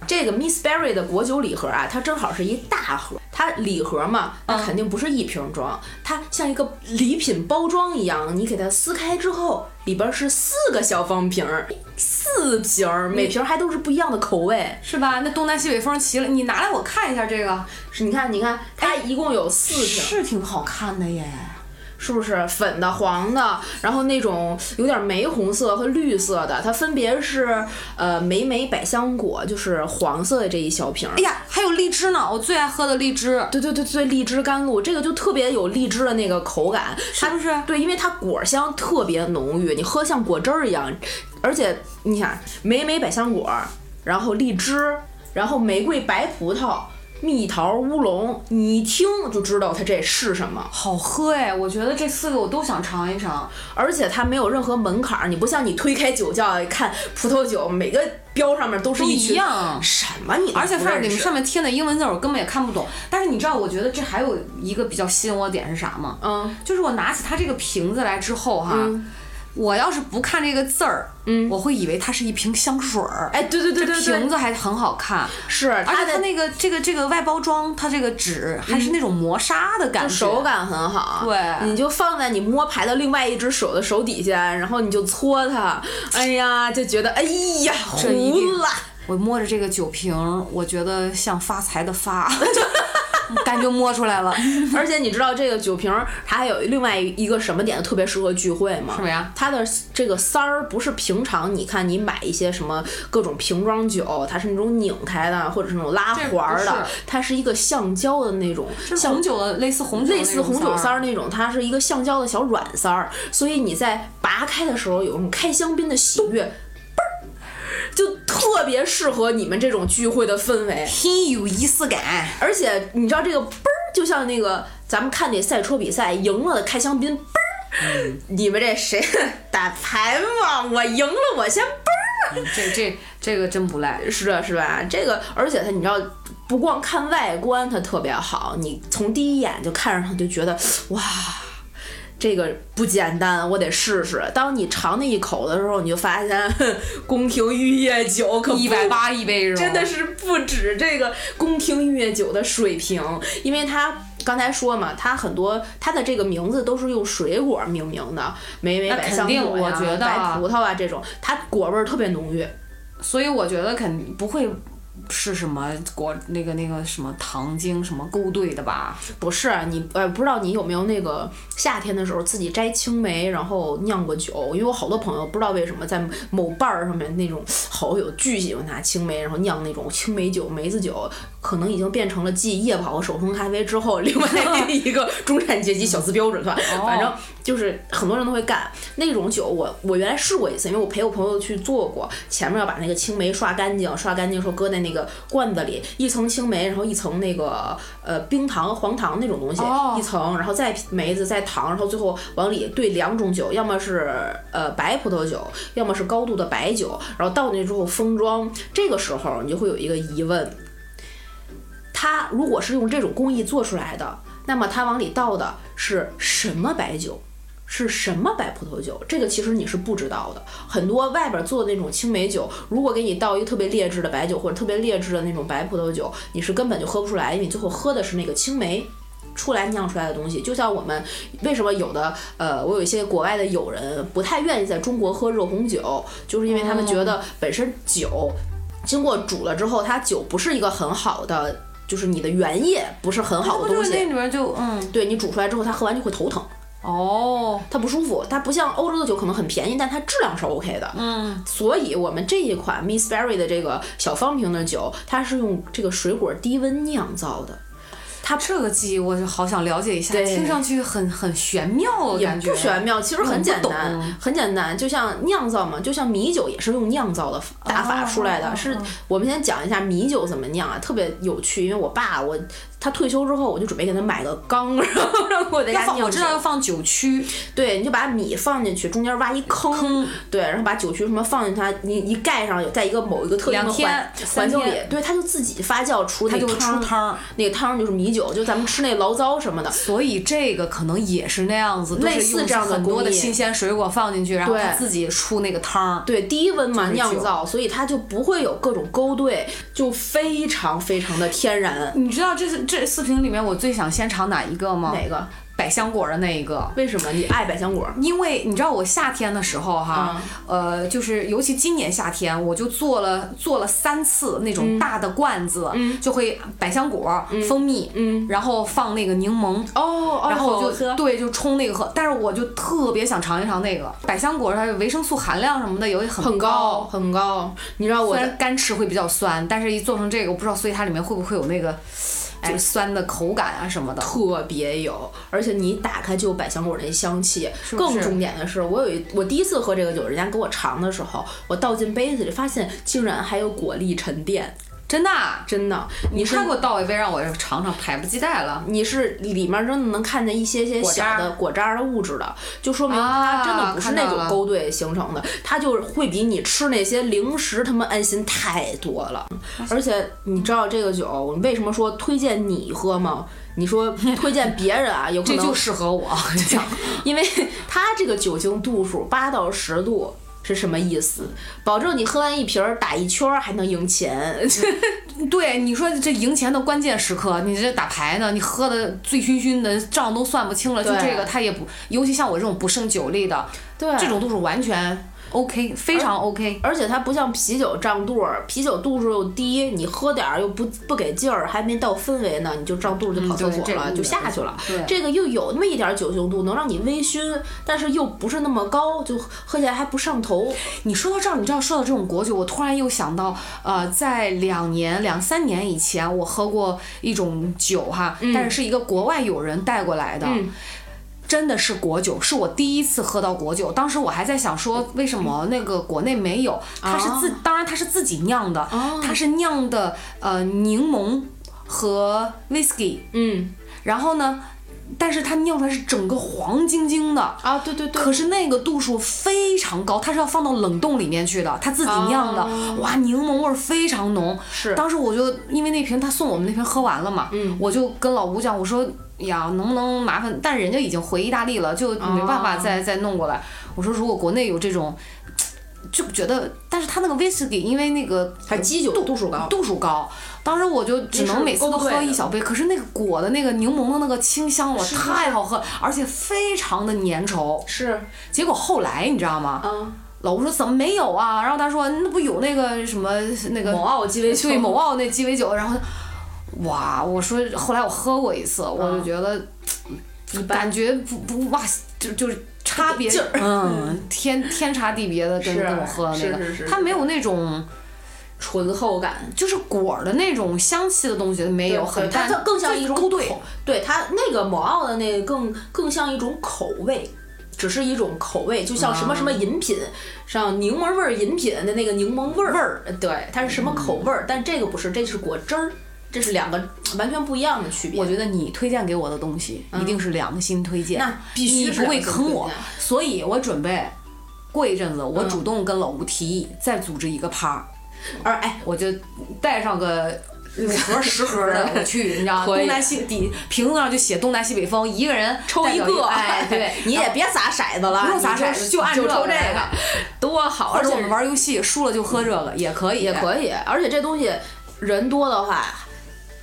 这个 Miss Berry 的果酒礼盒啊，它正好是一大盒，它礼盒嘛，它肯定不是一瓶装，它像一个礼品包装一样，你给它撕开之后，里边是四个小方瓶儿，四瓶儿，每瓶儿还都是不一样的口味。
是吧？那东南西北风齐了，你拿来我看一下这个，
是，你看，你看，它一共有四瓶，
是挺好看的耶。
是不是粉的、黄的，然后那种有点玫红色和绿色的，它分别是呃莓莓百香果，就是黄色的这一小瓶儿。
哎呀，还有荔枝呢，我最爱喝的荔枝。
对对对对，荔枝甘露这个就特别有荔枝的那个口感，
是
它
不是
对，因为它果香特别浓郁，你喝像果汁儿一样。而且你想，莓莓百香果，然后荔枝，然后玫瑰白葡萄。蜜桃乌龙，你一听就知道它这是什么，
好喝哎！我觉得这四个我都想尝一尝。
而且它没有任何门槛儿，你不像你推开酒窖看葡萄酒，每个标上面都是
都
一
一
群
样
什么你都
而且
不
发现
认
你们
识
上面贴的英文字儿我根本也看不懂。但是你知道，我觉得这还有一个比较吸引我的点是啥吗？
嗯
就是我拿起它这个瓶子来之后哈，我要是不看这个字儿，我会以为它是一瓶香水儿。
哎嗯对对对对
这瓶
对
子还很好看，
是
而
它
且它
的嗯
那个这个这个外包装，它这个纸还是那种磨砂的感觉，
手感很好，
对
你就放在你摸牌的另外一只手的手底下，然后你就搓它，哎呀，就觉得哎呀，
这一定
糊了，
我摸着这个酒瓶儿，我觉得像发财的发， 感觉摸出来了，
而且你知道这个酒瓶儿它还有另外一个什么点特别适合聚会吗？
什么呀？
它的这个塞儿不是平常你看你买一些什么各种瓶装酒，它是那种拧开的或者是那种拉环儿
这不
的
是，
它是一个橡胶的那种，
就是
像
红酒的类似红酒的
类似
那种
红酒
塞
塞儿那种，它是一个橡胶的小软塞儿，所以你在拔开的时候有种开香槟的喜悦，嘣儿，就特别适合你们这种聚会的氛围。
很有仪式感。
而且你知道这个嘣儿，就像那个咱们看那赛车比赛赢了的开香槟嘣儿，你们这谁打牌嘛？我赢了，我先嘣儿。
嗯这这这个真不赖。
是的，是吧？这个，而且它你知道，不光看外观它特别好，你从第一眼就看上它就觉得哇。这个不简单，我得试试。当你尝那一口的时候，你就发现， 哼宫廷玉液酒可不
一百八一杯是吧？
真的是不止这个宫廷玉液酒的水平，因为它刚才说嘛，它很多它的这个名字都是用水果命名的，莓莓、
那
百
肯
香
定
果
我
呀、
觉得啊
白葡萄啊这种，它果味儿特别浓郁。
所以我觉得肯定不会是什么果那个那个什么糖精什么勾兑的吧？
不是你，呃，不知道你有没有那个夏天的时候自己摘青梅，然后酿过酒。因为我好多朋友不知道为什么在某伴儿上面那种好友巨喜欢拿青梅，然后酿那种青梅酒、梅子酒，可能已经变成了继夜跑和手冲咖啡之后，另外的一个中产阶级小资标准吧。反正就是很多人都会干那种酒我。我原来试过一次，因为我陪我朋友去做过，前面要把那个青梅刷干净，刷干净之后搁在那个罐子里，一层青梅，然后一层那个呃冰糖、黄糖那种东西，
哦
一层，然后再梅子、再糖，然后最后往里兑两种酒，要么是呃白葡萄酒，要么是高度的白酒，然后倒进去之后封装。这个时候你就会有一个疑问，它如果是用这种工艺做出来的，那么它往里倒的是什么白酒？是嗯什么白葡萄酒？这个其实你是不知道的。很多外边做的那种青梅酒，如果给你倒一个特别劣质的白酒或者特别劣质的那种白葡萄酒，你是根本就喝不出来，因为你最后喝的是那个青梅。出来酿出来的东西，就像我们为什么有的呃，我有一些国外的友人不太愿意在中国喝热红酒，就是因为他们觉得本身酒经过煮了之后，它酒不是一个很好的，就是你的原液不是很好的东
就是那
西。
里面就嗯
对你煮出来之后，它喝完就会头疼，
哦，
它不舒服。它不像欧洲的酒可能很便宜，但它质量是 OK 的。
嗯，
所以我们这一款 Miss Berry 的这个小方瓶的酒，它是用这个水果低温酿造的，
它这个技艺我就好想了解一下，
对
听上去很很玄妙的
也
哦感觉，嗯
不玄妙，其实很简单
我不懂，
很简单，就像酿造嘛，就像米酒也是用酿造的打法出来的。
哦
是我们先讲一下米酒怎么酿啊，特别有趣，因为我爸我他退休之后，我就准备给他买个缸，然后让我在
要
家
放
酿
我知道
酒。
要放酒曲，嗯
对，你就把米放进去，中间挖一坑，对，然后把酒曲什么放进去，它你一盖上，在一个某一个特定的
两天
环
三
环境里
天，
对，它就自己发酵出
它
那
就会
汤
出汤儿。
那个汤就是米酒，就咱们吃那醪糟什么的，
所以这个可能也是那样子，都
类
是
似
用
这样的
很多的
工艺
新鲜水果放进去，然后
对
它自己出那个汤儿。
对低温嘛
就是
酿
酒
造，所以它就不会有各种勾兑，就非常非常的天然。
你知道这四这四瓶里面我最想先尝哪一个吗？
哪个？
百香果的那一个。
为什么你爱百香果？啊
因为你知道我夏天的时候哈，
嗯
呃，就是尤其今年夏天，我就做了做了三次那种大的罐子，就会百香果、蜂蜜，
嗯嗯
然后放那个柠檬，
哦，
然后我
好
就
喝
对就冲那个喝，但是我就特别想尝一尝那个百香果，它的维生素含量什么的也会很
很高很高。你知道我
虽然干吃会比较酸，但是一做成这个，我不知道，所以它里面会不会有那个，就是酸的口感啊什么的。
特别有，而且你一打开就有百香果那香气。
是不是
更重点的是，我有一我第一次喝这个酒，人家给我尝的时候，我倒进杯子里，发现竟然还有果粒沉淀，
真的啊、
真的。
你
你是
快给我倒一杯，让我尝尝，迫不及待了。
你是里面真的能看见一些些
果
小
渣儿
的果渣儿的物质的，就说明
啊
它真的不是那
看到
种
了
勾兑形成的，它就是会比你吃那些零食他妈安心太多了。而且你知道这个酒，我为什么说推荐你喝吗？你说推荐别人啊，有可
这
能
就适合 我，我跟你讲，
因为 它这个酒精度数八到十度。是什么意思？保证你喝完一瓶儿打一圈儿还能赢钱，
对你说这赢钱的关键时刻，你这打牌呢，你喝的醉醺醺的，账都算不清了。就
对
这个，它也不，尤其像我这种不胜酒力的，
对
这种度数完全 OK，非常 OK。
而且它不像啤酒胀肚儿，啤酒度数又低，你喝点儿又不不给劲儿，还没到氛围呢，你就胀肚儿就跑厕
嗯对
所
这个
了，
有
就
点
下去了。
对
这个又有那么一点儿酒精度，能让你微醺，但是又不是那么高，就喝起来还不上头。
你说到这儿，你知道说到这种果酒，我突然又想到，呃，在两年两三年以前，我喝过一种酒哈，但是是一个国外友人带过来的。
嗯
真的是果酒，是我第一次喝到果酒。当时我还在想说，为什么那个国内没有？它是自，当然它是自己酿的，
哦
它是酿的呃柠檬和 whisky，
嗯
然后呢，但是它酿出来是整个黄晶晶的，
啊，对对对，
可是那个度数非常高，它是要放到冷冻里面去的，它自己酿的，哇，柠檬味儿非常浓。
是嗯
当时我就因为那瓶他送我们那瓶喝完了嘛，我就跟老吴讲，我说呀，能不能麻烦？但人家已经回意大利了，就没办法再、再弄过来。我说如果国内有这种。就觉得，但是他那个威士忌，因为那个
它基酒度数高
度数高，当时我就只能每次都
那是勾
喝
兑
一
的
小杯。可是那个果的那个柠檬的那个清香，哇，太好喝，而且非常的粘稠。
是
结果后来你知道吗？
啊，
老吴说怎么没有啊？然后他说那不有那个什么那个
某啊澳鸡尾酒
对某澳那鸡尾酒，然后哇，我说后来我喝过一次，我就觉得、
一般
感觉不不哇，就就是差别
劲儿
嗯，天天差地别的跟
是
跟我喝的那个，
是是是
它没有那种
醇厚感。
就是果儿的那种香气的东西没有，
对
很
它
淡，
它更像一种口
勾兑。，
对它那个某奥的那个更更像一种口味。只是一种口味，就像什
啊
么什么饮品，像柠檬味儿饮品的那个柠檬味儿味儿，对，它是什么口
嗯
味儿？但这个不是，这是果汁儿，这是两个完全不一样的区别。
我觉得你推荐给我的东西一定是良心推
嗯
荐，
那必须
你
是
不会
良心
坑
推
我
荐，
所以我准备过一阵子，我
嗯
主动跟老吴提议再组织一个趴儿，
而哎，
我就带上个。五盒十盒 的，我去，你知道吗？
可以
东南西底瓶子上就写东南西北风，一个人
抽
代
一
表
个，，
哎，对
你也别撒骰子了，
不用撒
你就
骰子
就
就按
抽
这个
这个
来，
多好！啊
而
而
且
且
我们玩游戏输了就喝这个，也可以，
也可以，而且这东西人多的话。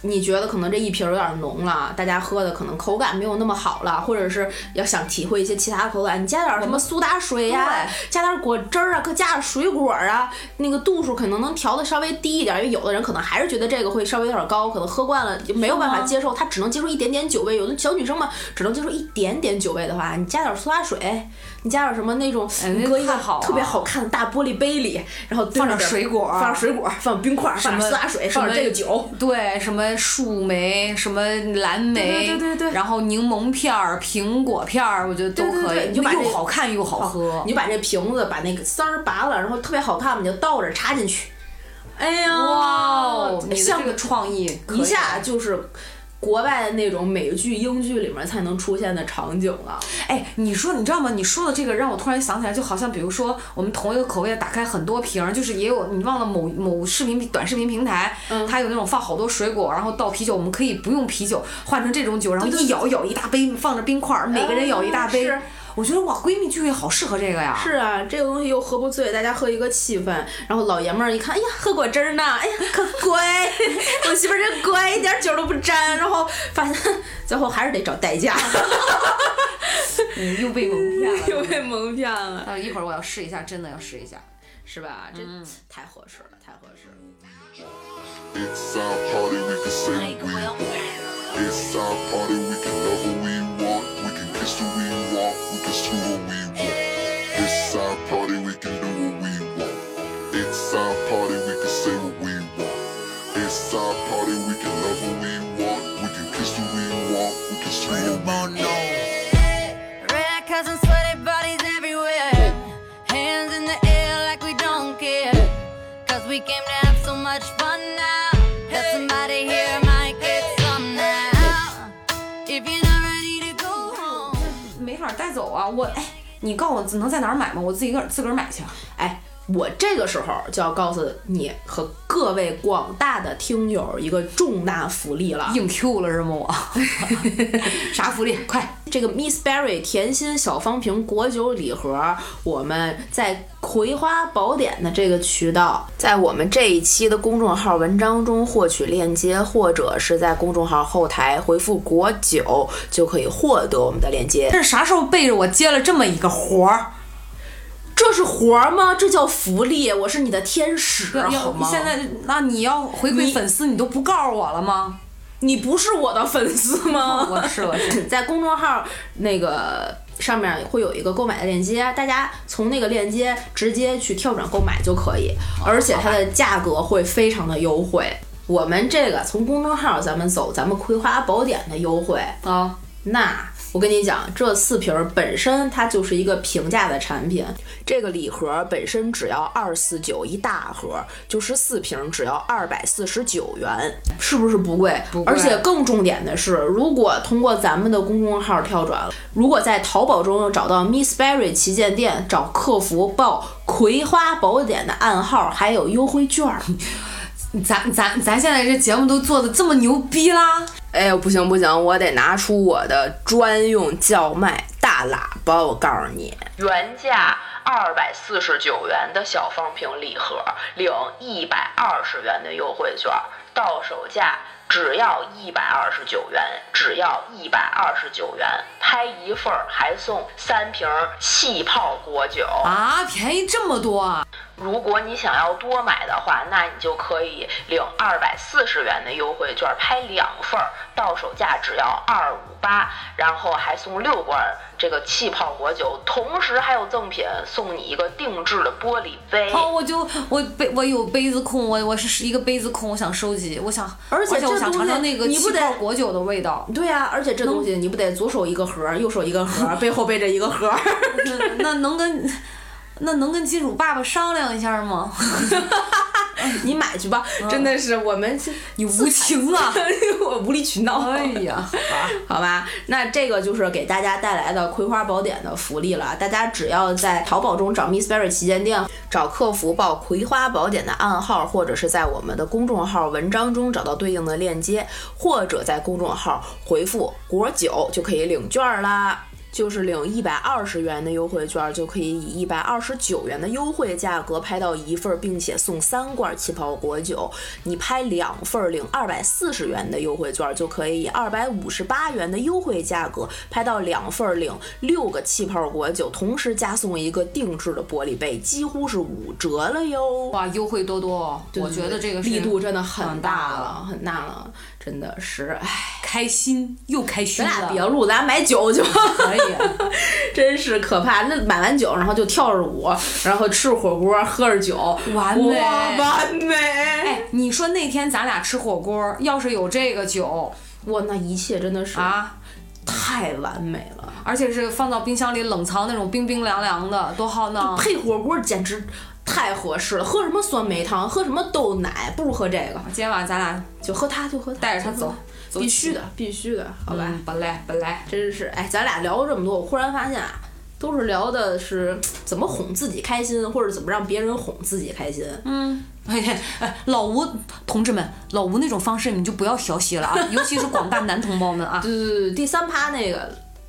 你觉得可能这一瓶儿有点浓了，大家喝的可能口感没有那么好了，或者是要想体会一些其他口感，你加点儿什么苏打水呀、加点儿果汁儿啊，可加点儿水果儿啊，那个度数可能能调的稍微低一点儿，因为有的人可能还是觉得这个会稍微有点高，可能喝惯了就没有办法接受，他只能接受一点点酒味。有的小女生嘛，只能接受一点点酒味的话，你加点儿苏打水，你加点儿什么那种，
哎
你
那
搁一个
太好
特别
了
好看的大玻璃杯里，然后
放点
对着
水果
放点水果，放冰块，
什
放
么
点苏打水，
什
放
么
点这个酒。
对，什么树莓，什么蓝莓，
对对对对对
然后柠檬片儿、苹果片儿，我觉得都
对对
可以，
对你就把
又
这
好看又好喝
你。就把这瓶子把那个塞儿拔了，然后特别好看嘛，你就倒着插进去。哎呀，
哇哦，你的
像
这个创意可以啊
一下就是国外那种美剧、英剧里面才能出现的场景了。
哎，你说你知道吗？你说的这个让我突然想起来，就好像比如说我们同一个口味的打开很多瓶儿，就是也有你忘了某某视频短视频平台，
嗯
它有那种放好多水果，然后倒啤酒，我们可以不用啤酒换成这种酒，然后一舀一舀一大杯，放着冰块儿，每个人舀一大杯。
啊是
我觉得哇，闺蜜聚会好适合这个呀。
是啊，这个东西又喝不醉，大家喝一个气氛。然后老爷们儿一看，哎呀，喝果汁儿呢，哎呀，可 乖，我媳妇儿真乖，一点酒都不沾。然后发现最后还是得找代 驾，
嗯， 又被蒙骗了。
又被蒙骗了。
但是一会儿我要试一下，真的要试一下。
是吧？这
嗯
太合适了，太合适了。
It's our party, we can say what we want. It's our party, we can love who we want. We can kiss who we want. We can screw who we want. It's our party, we can do what we want. It's our party, we can say what we want. It's our party, we can love who we want. We can kiss who we want. We can screw who we want.
Red cups and sweaty bodies everywhere. Hands in the air like we don't care. Cause we came to have so much fun now. That somebody here might get some now. If you're not ready to go home.
没法带走啊，我哎，你告诉我能在哪儿买吗？我自己个儿自个儿买去。啊
哎，我这个时候就要告诉你和各位广大的听友一个重大福利了。
硬 Q 了是吗？我 啥福利？快！
这个 Miss Berry 甜心小方瓶果酒礼盒，我们在葵花宝典的这个渠道，在我们这一期的公众号文章中获取链接，或者是在公众号后台回复“果酒”就可以获得我们的链接。
这是啥时候背着我接了这么一个活儿？
这是活儿吗？这叫福利！我是你的天使，好吗？
现在那你要回
你
馈粉丝，你都不告诉我了吗？
你不是我的粉丝 吗？
我是我是
在公众号那个上面会有一个购买的链接，大家从那个链接直接去跳转购买就可以，而且它的价格会非常的优惠。我们这个从公众号咱们走咱们葵花宝典的优惠，
啊，
那我跟你讲，这四瓶儿本身它就是一个平价的产品，这个礼盒本身只要二四九一大盒，就是四瓶只要二百四十九元，是不是不贵？
不贵
而且更重点的是，如果通过咱们的公众号跳转，如果在淘宝中找到 Miss Berry 旗舰店，找客服报“葵花宝典”的暗号，还有优惠券儿。
咱咱咱现在这节目都做的这么牛逼啦！
哎呦，不行不行，我得拿出我的专用叫卖大喇叭，我告诉你，原价二百四十九元的小方瓶礼盒，领一百二十元的优惠券，到手价
只要一百二十九元，只要一百二十九元，拍一份儿还送三瓶儿气泡果酒。
啊，便宜这么多啊！
如果你想要多买的话，那你就可以领二百四十元的优惠券，拍两份儿，到手价只要二五八，然后还送六罐儿这个气泡果酒，同时还有赠品送你一个定制的玻璃杯。
哦，我就我杯我有杯子控，我我是一个杯子控，我想收集，我想，
而且这
我想
东
尝
西
尝那个
你不
气
得
泡果酒的 味道。
对呀、而且这东西你不得左手一个盒儿，右手一个盒儿，背后背着一个盒 儿。
那那能跟那能跟金主爸爸商量一 下吗？
你买去吧，
嗯
真的是我们是
你无情啊！
我无理取闹。
哎呀，
好吧，那这个就是给大家带来的《葵花宝典》的福利了。大家只要在淘宝中找 Miss Berry 旗舰店，找客服报“葵花宝典”的暗号，或者是在我们的公众号文章中找到对应的链接，或者在公众号回复“果酒”就可以领券儿啦。就是领一百二十元的优惠券，就可以以一百二十九元的优惠价格拍到一份儿，并且送三罐气泡果酒。你拍两份儿领二百四十元的优惠券，就可以以二百五十八元的优惠价格拍到两份儿领六个气泡果酒，同时加送一个定制的玻璃杯，几乎是五折了哟。
哇，优惠多多哦！我觉得这个是
力度真的很
很
大
了，
了，很大了，真的是，哎唉，
开心又开心
咱俩
了，
别录，咱俩买酒去吧。
可以啊。
真是可怕！那买完酒，然后就跳着舞，然后吃火锅，喝着酒，
完美
哇完美！
哎，你说那天咱俩吃火锅，要是有这个酒
哇，那一切真的是
啊，
太完美了，
而且是放到冰箱里冷藏那种冰冰凉凉的，多好呢！
配火锅简直太合适了。喝什么酸梅汤，喝什么豆奶，不如喝这个，
今天晚上咱俩
就喝它，就喝它，
带着它走，走
必须的，必须的，好吧？
嗯，本来本来，
真是，哎，咱俩聊了这么多，我忽然发现啊，都是聊的是怎么哄自己开心，或者怎么让别人哄自己开心。
哎，哎 老吴同志们，老吴那种方式你就不要学习 了啊，尤其是广大男同胞 们啊，
对对对对，第三趴那个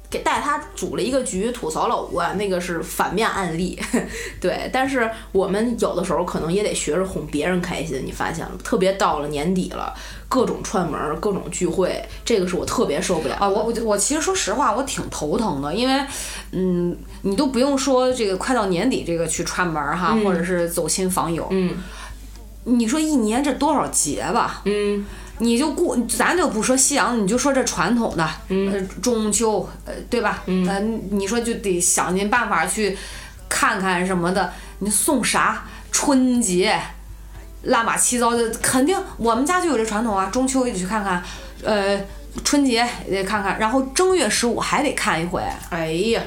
给带他组了一个局吐槽老吴啊，那个是反面案例。 对，但是我们有的时候可能也得学着哄别人开心，你发现了？特别到了年底了，各种串门儿，各种聚会，这个是我特别受不了
啊，我我我其实说实话，我挺头疼的，因为，嗯，你都不用说这个快到年底这个去串门儿哈，或者是走亲访友，
嗯，
你说一年这多少节吧，
嗯，
你就顾咱就不说西洋，你就说这传统的，嗯，呃、中秋，呃，对吧？嗯、呃，你说就得想尽办法去看看什么的，你送啥？春节，乱码七糟的，肯定我们家就有这传统啊，中秋也得去看看，呃，春节也得看看，然后正月十五还得看一回。
哎呀，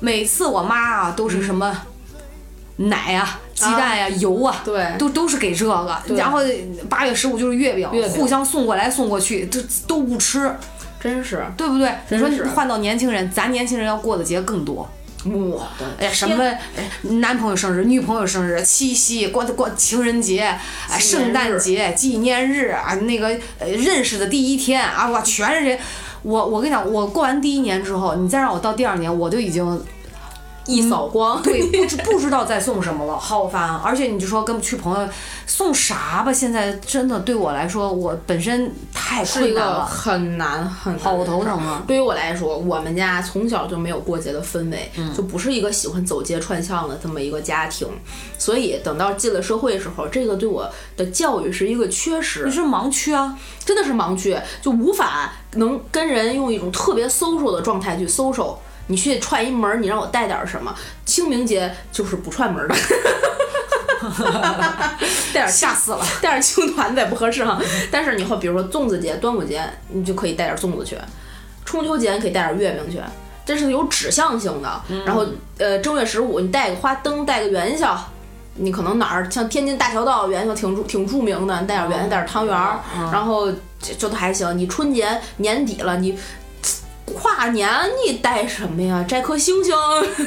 每次我妈啊都是什么奶呀、鸡蛋呀、油啊，
嗯对
都都是给这个。然后八月十五就是月饼，
月饼
互相送过来送过去，都都不吃，
真是
对不对？你
真
说
是
换到年轻人，咱年轻人要过的节更多。
我的
哎呀，什么哎男朋友生日、女朋友生日、七夕、过过情人节、
纪念
哎
日
圣诞节、纪念日啊，那个呃认识的第一天啊，哇，全是这。我我跟你讲，我过完第一年之后，你再让我到第二年，我就已经
一扫光。
对，不知不知道再送什么 了，好烦啊！而且你就说跟去朋友送啥吧，现在真的对我来说，我本身太
是一
困难
个
了，
很难很难
好头疼啊！
对于我来说，我们家从小就没有过节的氛围，就不是一个喜欢走街串巷的这么一个家庭，所以等到进了社会的时候，这个对我的教育是一个缺失
你，是盲区啊，
真的是盲区，就无法能跟人用一种特别 social 的状态去 social。你去串一门儿，你让我带点儿什么？清明节就是不串门儿的， 带点儿
吓死了！
带点青团子也不合适哈。但是你后比如说粽子节、端午节，你就可以带点粽子去；中秋节你可以带点月饼去，这是有指向性的。然后呃，正月十五你带个花灯，带个元宵。你可能哪儿像天津大桥道元宵挺著挺著名的，你带点元宵，带点汤圆儿，然后这这都还行。你春节年底了，你跨年你带什么呀？摘颗星星，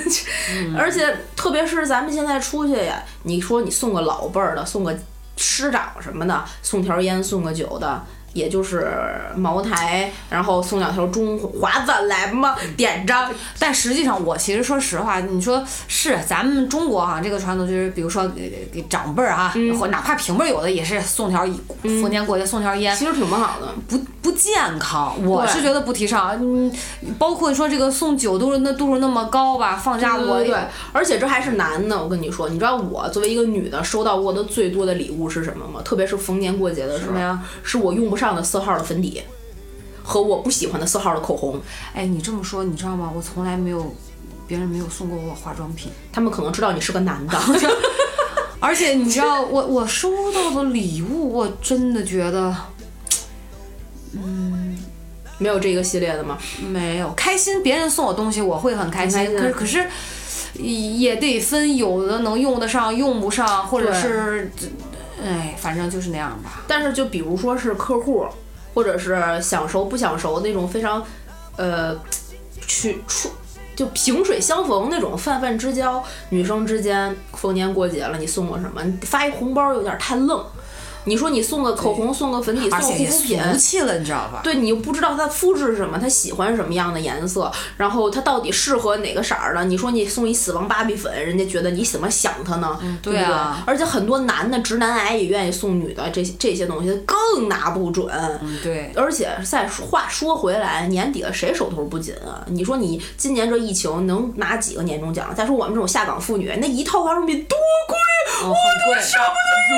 而且特别是咱们现在出去呀，你说你送个老辈儿的，送个师长什么的，送条烟，送个酒的，也就是茅台，然后送两条中华晚来嘛，点着。
但实际上，我其实说实话，你说是咱们中国啊哈、这个传统，就是比如说给给长辈儿啊，
嗯
或、哪怕平辈儿有的也是送条逢年过节送条烟，
其实挺不好的，
不不健康，我
对
是觉得不提倡。嗯，包括说这个送酒都是那度数那么高吧，放假我
嗯对，而且这还是男的，我跟你说，你知道我作为一个女的收到过的最多的礼物是什么吗？特别是逢年过节的时候，是我用不上的色号的粉底。和我不喜欢的色号的口红，
哎，你这么说，你知道吗？我从来没有别人没有送过我化妆品，
他们可能知道你是个男的，
而且你知道，我我收到的礼物，我真的觉得
没有这个系列的吗？
没有开心。别人送我东西，我会很开
很
心。
开心
可是可是也得分，有的能用得上，用不上，或者
对
是哎，反正就是那样吧。
但是就比如说是客户，或者是想熟不想熟那种非常，呃，去处就萍水相逢那种泛泛之交，女生之间逢年过节了，你送我什么？你发一红包有点太愣。你说你送个口红，送个粉底，送
而
个
且
护
也
肤
俗
品，
气了，你知道吧？
对你又不知道他肤质是什么，他喜欢什么样的颜色，然后他到底适合哪个色儿的？你说你送一死亡芭比粉，人家觉得你怎么想他呢？对
对
不
啊
对而且很多男的直男癌也愿意送女的这些这些东西，更拿不准。
嗯 对。
而且再说话说回来，年底了谁手头不紧啊？你说你今年这疫情能拿几个年终奖？再说我们这种下岗妇女，那一套化妆品多贵，
我很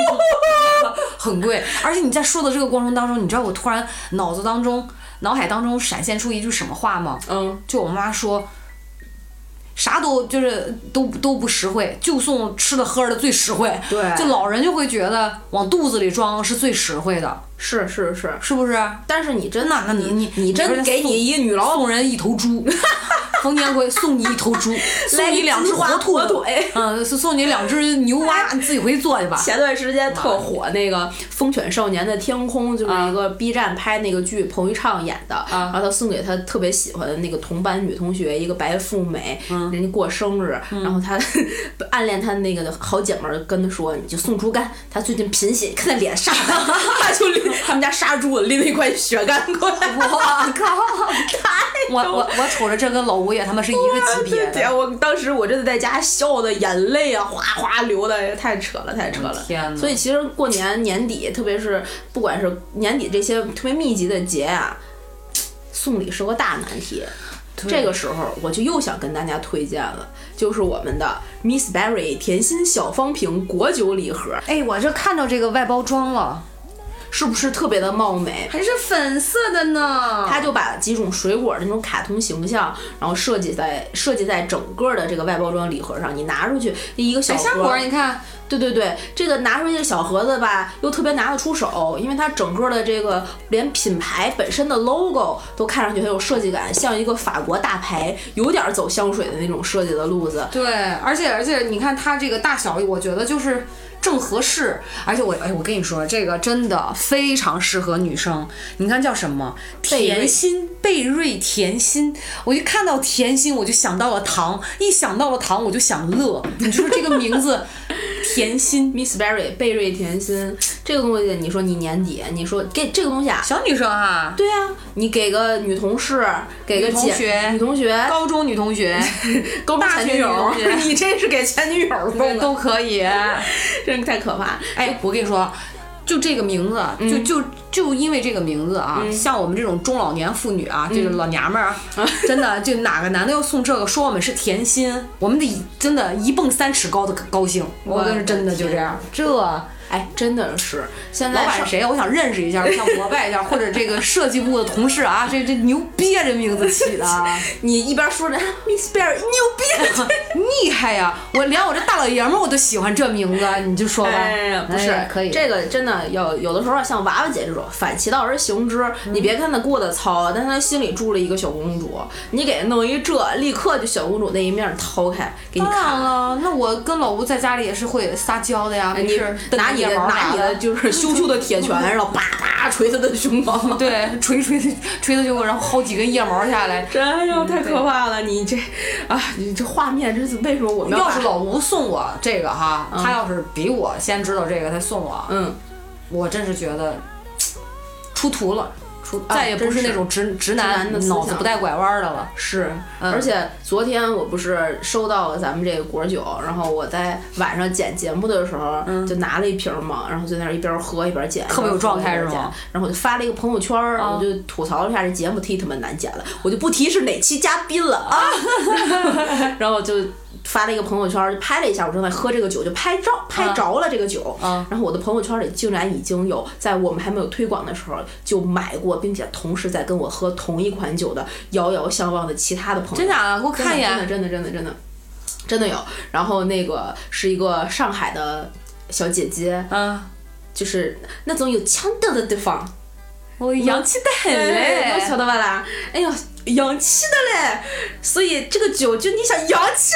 贵， 很贵。而且你在说的这个过程当中，你知道我突然脑子当中、脑海当中闪现出一句什么话吗？
嗯，
就我妈说，啥都就是都都不实惠，就送吃的喝的最实惠。
对
就老人就会觉得往肚子里装是最实惠的，
是是是，
是不是？
但是你真的，
那你嗯你
你真给你一女老
送人一头猪， 逢年过节送你一头 猪，送你两只活兔
火
子，
腿。
嗯，送送你两只牛蛙，你自己回去做去 吧。
前段时间特火那个《风犬少年的天空》，就是
啊
一个 B 站拍那个剧，彭昱畅演的。然后他送给他特别喜欢的那个同班女同学，一个白富美，
嗯
人家过生日，然后他 暗恋他那个好姐们儿跟他说：“你就送猪肝，他最近贫血，看他脸 煞的，他就拎他们家杀猪，我拎了一块血肝过来。”
我啊靠！
太
我我我瞅着这跟老吴也他妈是一个级别
对呀，
的。
我当时我真的在家笑的眼泪啊哗哗流的，太扯了，太扯了。
天哪
所以其实过年年底，特别是不管是年底这些特别密集的节啊，送礼是个大难题。这个时候，我就又想跟大家推荐了，就是我们的 Miss Berry 甜心小方瓶果酒礼盒，
哎，我这看到这个外包装了，
是不是特别的貌美？
还是粉色的呢。
它就把几种水果的那种卡通形象，然后设计在设计在整个的这个外包装礼盒上。你拿出去一个小
百
盒，
香果，你看，
对对对，这个拿出去的小盒子吧，又特别拿得出手，因为它整个的这个连品牌本身的 logo 都看上去很有设计感，像一个法国大牌，有点走香水的那种设计的路子。
对，而且而且你看它这个大小，我觉得就是正合适。而且我哎，我跟你说，这个真的非常适合女生。你看叫什么？
贝瑞
甜心贝瑞甜心，我就看到甜心，我就想到了糖，一想到了糖，我就想乐。你说这个名字， 甜心，
Miss Berry 贝瑞甜心这个东西，你说你年底，你说给这个东西啊，
小女生啊，
对啊，你给个女同事，给个
女同
姐
学
女同学，
高中女同学，
高中
大
前
学
女友
女同，学
你这是给前女友
对
送的，
都 可以。
真太可怕。
哎，我跟你说，就这个名字，
嗯
就就就因为这个名字啊，像我们这种中老年妇女啊，这
嗯
个老娘们儿啊，真的就哪个男的要送这个，说我们是甜心，我们得一真的一蹦三尺高的高兴。我跟你说，真的就这样。这
哎，真的是现在
老板
上
是谁呀？我想认识一下，我想膜拜一下，或者这个设计部的同事啊，这这牛逼啊，这名字起 的啊。
你一边说着啊 Miss Berry 牛逼，
厉害呀！我连我这大老爷们儿我都喜欢这名字，你就说吧。
哎，不是，
哎可以。
这个真的有有的时候像娃娃姐这种反其道而行之，
嗯
你别看她过得糙，但她心里住了一个小公主，你给她弄一这，立刻就小公主那一面掏开给你
当然
看。
了，那我跟老吴在家里也是会撒娇的呀，没
哎你
事儿
拿你的
瞪着眼
拿
玩
你
儿
的就是羞羞的铁拳，然后叭叭捶她的胸膛，，
对捶捶捶他胸口，然后薅几根腋毛下来。
真哎
嗯
呦太可怕了！你这啊，你这画面真是为什么 我们
要
要
是
把嗯
老吴送我这个哈，他要是比我先知道这个，他送我，
嗯
我真是觉得出图了，出
啊
再也不
真
是
是
那种直直
男
男
的思
脑子
想
不带拐弯的了。
是，
嗯
而且昨天我不是收到了咱们这个果酒，然后我在晚上剪节目的时候，就拿了一瓶嘛，然后就在那儿一边喝一边剪，
嗯特别有状态是
一
吗
边喝一边剪？然后我就发了一个朋友圈儿，
啊
我就吐槽了一下这节目忒他妈难剪了，我就不提是哪期嘉宾 了啊，然后就。发了一个朋友圈儿，就拍了一下我正在喝这个酒，就拍照拍着了这个酒。
啊
然后我的朋友圈里竟然已经有在我们还没有推广的时候就买过，并且同时在跟我喝同一款酒的遥遥相望的其他的朋啊友。
真假的？给我
真的
看一眼。
真的真的真的真的真的有。然后那个是一个上海的小姐姐，
嗯，
就是那种有腔调的地方，
我洋气的很
哎，
嘞
我。晓得吧啦？哎呦，洋气的嘞！所以这个酒就你想洋气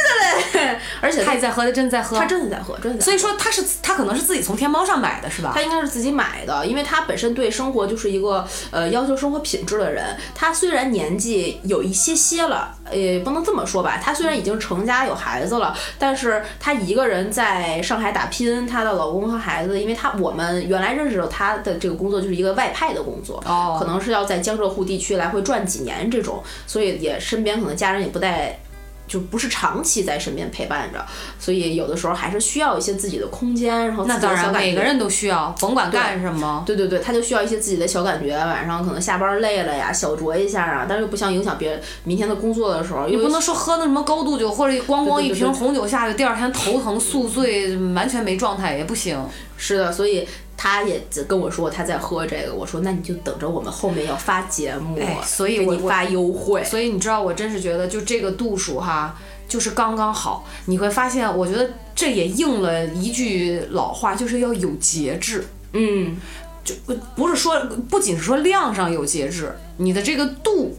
的嘞，而且
他也在喝，他真的在喝。
她真的在喝，真的在喝。
所以说他是他可能是自己从天猫上买的是吧
他？应该是自己买的，因为他本身对生活就是一个呃要求生活品质的人。他虽然年纪有一些些了，也不能这么说吧。他虽然已经成家有孩子了，但是他一个人在上海打拼，她的老公和孩子，因为他我们原来认识的她的这个工作就是一个外派的工作，
哦
可能是要在江浙沪地区来回转几年这种，所以也身边可能家人也不带。就不是长期在身边陪伴着，所以有的时候还是需要一些自己的空间，然后自
那
己的
当
小
然，
感
每
觉
个人都需要，甭管干什么。
对对对，他就需要一些自己的小感觉，晚上可能下班累了呀，小酌一下啊，但是又不想影响别人明天的工作的时候，
你
又
不能说喝那什么高度酒，或者咣咣
呃对对对
一
对
瓶红酒下去，第二天头疼宿醉，完全没状态也不行。
是的，所以他也跟我说他在喝这个，我说那你就等着我们后面要发节目，
哎所以
给
我
你发优惠，
所以你知道，我真是觉得就这个度数哈，就是刚刚好。你会发现，我觉得这也应了一句老话，就是要有节制。
嗯，
就不不是说，不仅是说量上有节制，你的这个度，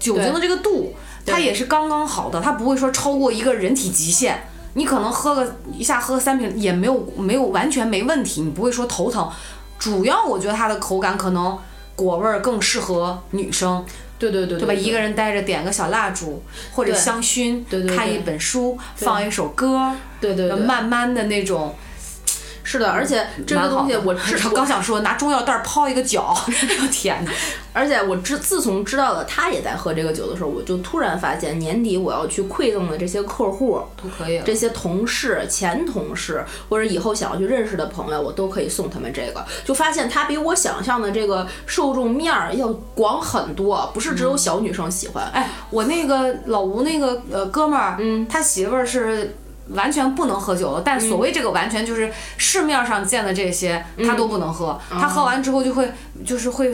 酒精的这个度，
对
它也是刚刚好的，它不会说超过一个人体极限。你可能喝个一下喝三瓶也没有没有完全没问题，你不会说头疼。主要我觉得它的口感可能果味儿更适合女生，
对对对
对吧？一个人待着点个小蜡烛或者
对
香薰，
对对对
看一本书，
对
放一首歌，
对对对，
慢慢的那种。
是的，而且这个
嗯蛮好
东西
的
我至
我刚想说拿中药袋儿泡一 个脚，哎呦天哪！
而且我知自从知道了他也在喝这个酒的时候，我就突然发现年底我要去馈赠的这些客户，
都可以了
这些同事、前同事或者以后想要去认识的朋友，我都可以送他们这个。就发现它比我想象的这个受众面儿要广很多，不是只有小女生喜欢。
哎，我那个老吴那个呃哥们儿，
嗯
他媳妇儿是完全不能喝酒的，但所谓这个完全就是市面上见的这些，
嗯
他都不能
哦
喝。他喝完之后就会就是会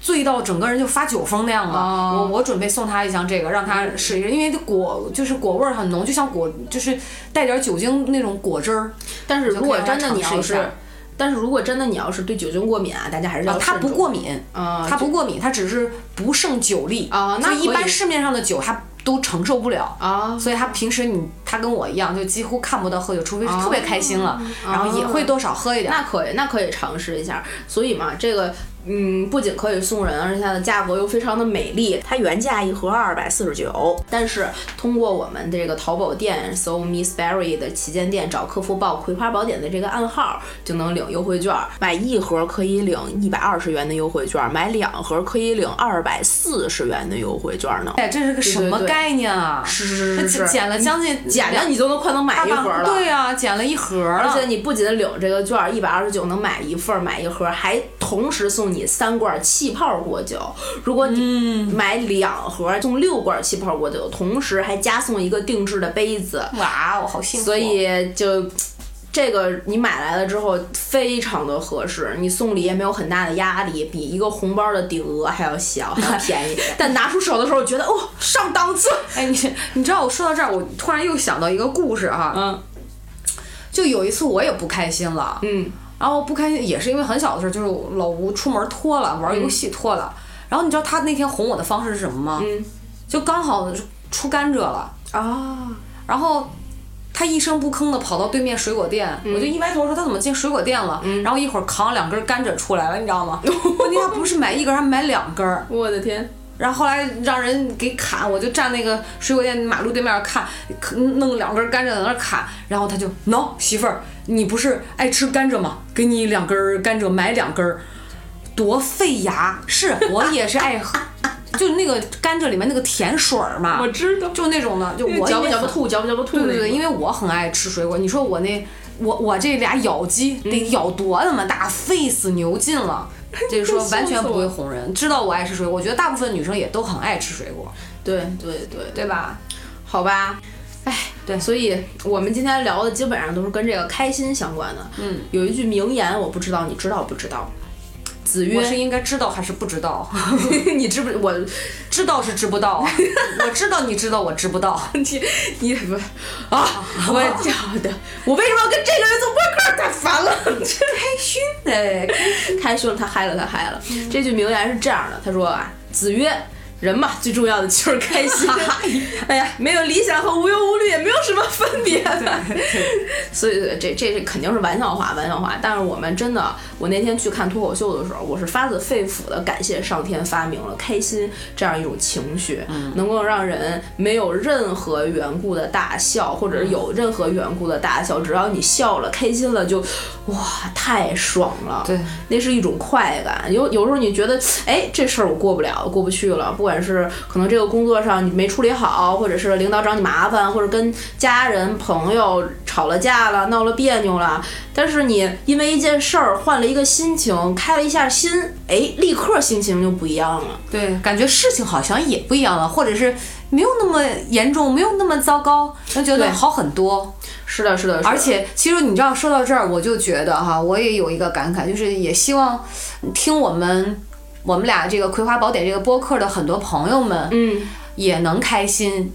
醉到整个人就发酒疯那样的。
哦嗯
我我准备送他一箱这个，让他试一试，因为果就是果味儿很浓，就像果就是带点酒精那种果汁儿。
但是如果真的你
就可以
要
让他尝试一
是
下，
但是如果真的你要是对酒精过敏啊，大家还是
啊
要，
他
慎
不
重
过敏，
啊，
他不过敏，他只是不胜酒力
啊那
所以一
可
般
以
市面上的酒他都承受不了。
啊，
所以他平时你他跟我一样，就几乎看不到喝酒，除非是特别
啊
开心了，然后也会多少喝一点。
那可以，那可以尝试一下。所以嘛，这个嗯，不仅可以送人，而且它的价格又非常的美丽。它原价一盒二百四十九，但是通过我们这个淘宝店搜 Miss Berry 的旗舰店找客服报“葵花宝典”的这个暗号，就能领优惠券。买一盒可以领一百二十元的优惠券，买两盒可以领二百四十元的优惠券呢。
哎，这是个什
对
么
对对
概念啊？
是是
这
是嗯是，
减了将近
减了你就能快能买
大
一
半
盒了。
对啊，减了一盒了。
而且你不仅领这个券儿，一百二十九能买一份儿买一盒儿，还同时送你三罐儿气泡果酒。如果你买两盒儿，送六罐儿气泡果酒，同时还加送一个定制的杯子。
哇，我好幸福。哦
所以就这个你买来了之后非常的合适，你送礼也没有很大的压力，比一个红包的顶额还要小，还要便宜。但拿出手的时候觉得哦，上档次。
哎，你你知道我说到这儿，我突然又想到一个故事哈、
嗯
就有一次我也不开心了，
嗯
然后不开心也是因为很小的事儿，就是老吴出门脱了，玩游戏脱了。然后你知道他那天哄我的方式是什么吗？
嗯
就刚好出甘蔗了。
啊，
然后他一声不吭的跑到对面水果店，我就一歪头说他怎么进水果店了，然后一会儿扛两根甘蔗出来了，你知道吗？问题他不是买一根，他买两根儿，
我的天！
然后后来让人给砍，我就站那个水果店马路对面看，可弄两根甘蔗在那儿砍，然后他就喏、媳妇儿，你不是爱吃甘蔗吗？给你两根儿甘蔗，买两根儿。多费牙。是我也是爱喝， 就那个甘蔗里面那个甜水儿嘛，
我知道，
就那种的，就我
嚼吧
因为
嚼吧
很
吐，嚼吧嚼吧吐
对
那
对对，
种
因为我很爱吃水果。你说我那我我这俩咬肌得咬多那么大，费死牛劲了。这个说
笑
完全
死
不
我
会
了
哄人，知道我爱吃水果，我觉得大部分女生也都很爱吃水果，
对对对
对吧？
好吧，哎，
对
所以我们今天聊的基本上都是跟这个开心相关的。
嗯，
有一句名言，我不知道你知道不知道？子
我是
曰，
应该知道还是不知 道？
你知不知？我
知道是知不到啊，我知道你知道我知不到。
你不啊？我好的，我为什么要跟这个人做播客？太烦了，真开心哎， 开心了，他嗨了，他嗨了。这句名言是这样的，他说啊，子曰。人嘛，最重要的就是开 心。哎呀，没有理想和无忧无虑也没有什么分别。所以这这这肯定是玩笑话，玩笑话。但是我们真的，我那天去看脱口秀的时候，我是发自肺腑的感谢上天发明了开心这样一种情绪，能够让人没有任何缘故的大笑，或者是有任何缘故的大笑，只要你笑了、开心了就，哇，太爽了。
对，
那是一种快感。有有时候你觉得，哎，这事儿我过不了，过不去了。不管是可能这个工作上你没处理好，或者是领导找你麻烦，或者跟家人朋友吵了架了，闹了别扭了，但是你因为一件事儿换了一个心情，开了一下心，哎，立刻心情就不一样了。
对，感觉事情好像也不一样了，或者是没有那么严重，没有那么糟糕，就觉
对
得好很多。
是的，是的，是的
而且，其实你知道，说到这儿，我就觉得哈，我也有一个感慨，就是也希望听我们我们俩这个《葵花宝典》这个播客的很多朋友们，
嗯，
也能开心。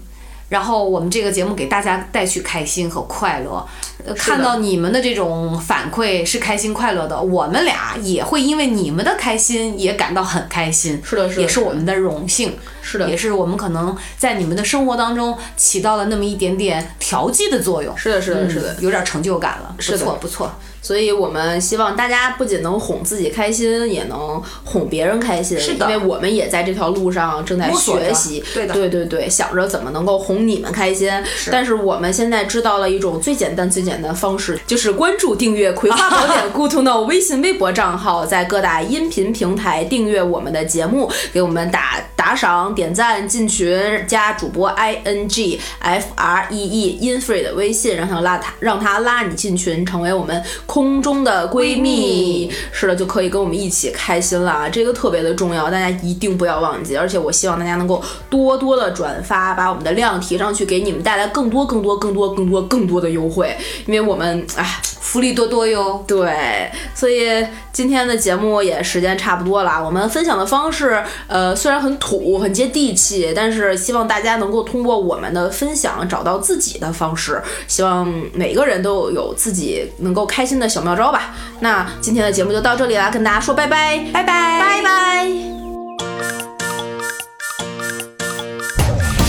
然后我们这个节目给大家带去开心和快乐，呃
是的
看到你们的这种反馈是开心快乐的，我们俩也会因为你们的开心也感到很开心，
是的是的
也
是
是
的
我们的荣幸，
是的
也是我们可能在你们的生活当中起到了那么一点点调剂的作用，
是的，是的，是的。
嗯有点成就感了，
是的
不错不错，
所以我们希望大家不仅能哄自己开心，也能哄别人开心。
是的
因为我们也在这条路上正在
摸索着
学习。
对的
对对对，想着怎么能够哄你们开心。但是我们现在知道了一种最简单、最简单的方式，就是关注、订阅《葵花宝典 Good to Know》微信、微博账号，在各大音频平台订阅我们的节目，给我们打打赏、点赞、进群、加主播 i n g f r e e infree 的微信，让他拉他让他拉你进群，成为我们空中的闺蜜。是的，就可以跟我们一起开心了啊！这个特别的重要，大家一定不要忘记。而且我希望大家能够多多的转发，把我们的量提上去，给你们带来更多、更多、更多、更多、更多的优惠。因为我们哎，
福利多多哟。
对，所以今天的节目也时间差不多了啊。我们分享的方式，呃，虽然很土、很接地气，但是希望大家能够通过我们的分享找到自己的方式。希望每个人都有自己能够开心的小妙招吧。那今天的节目就到这里啦，跟大家说拜拜，拜拜，拜拜。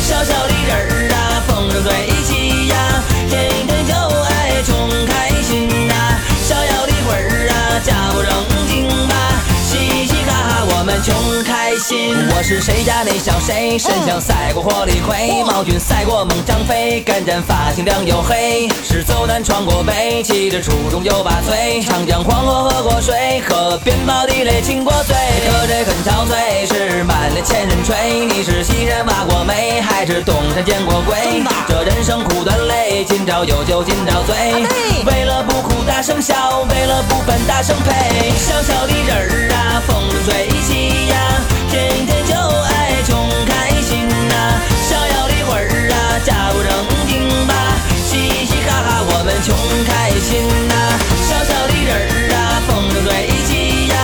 小小的人儿啊，风筝在一起呀，天天就爱穷开心呐、逍遥的魂儿啊，假不正经吧，嘻嘻哈哈，我们穷开心。我是谁家那小谁，身强赛过霍李逵，毛俊赛过猛张飞，干战发型亮又黑，是走南闯过北，骑着楚中又把醉，长江黄河喝过水，河边跑地雷亲过嘴，喝醉很憔悴，是满脸千人吹。你是西山挖过煤，还是东山见过鬼？这人生苦短累，今朝有酒今朝醉。为了不哭大声笑，为了不烦大声呸。小小的人儿啊，风生水起呀，天天就爱穷开心呐、逍遥的魂儿啊，假不正经吧，嘻嘻哈哈，我们穷开心呐、小小的人儿啊，风生水起呀，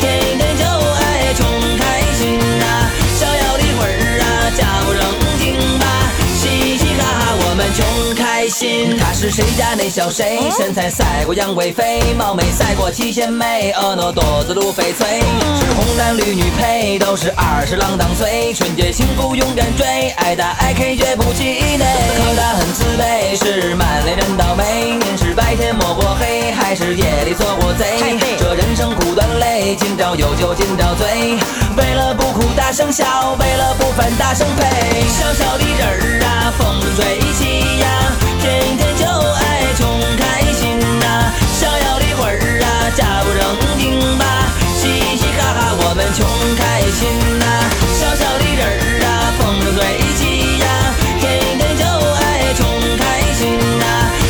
天天就爱穷开心呐、逍遥的魂儿啊，假不正经吧，嘻嘻哈哈，我们穷开心。他是谁家那小谁？身材赛过杨贵妃，貌美赛过七仙妹，婀娜多姿如翡翠，是红男绿女配，都是二十郎当岁，纯洁幸福勇敢追，爱打爱 K 绝不气馁。可他很自卑，是满脸人倒霉，您是白天摸过黑，还是夜里做过贼？这人生苦短累，今朝有酒今朝醉，为了不哭大声笑，为了不烦大声呸。小小的人儿啊，风生水起呀，天天就爱穷开心呐、逍遥的魂儿啊，假不正经吧，嘻嘻哈哈，啊啊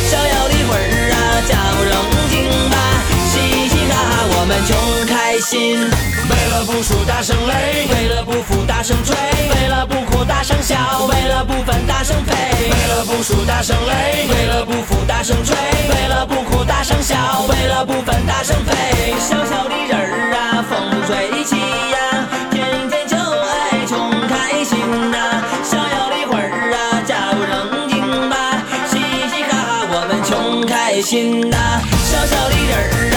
心。为了不输大声擂，为了不服大声追，为了不哭大声笑，为了不烦大声呸，为了不输大声擂，为了不服大声追，为了不哭大声笑，为了不烦大声呸。小小的人儿啊，风吹一起呀、天天就爱穷开心呐、逍遥的魂儿啊，假如正经吧，嘻嘻哈哈我们穷开心呐、小小的人儿。啊啊啊啊啊啊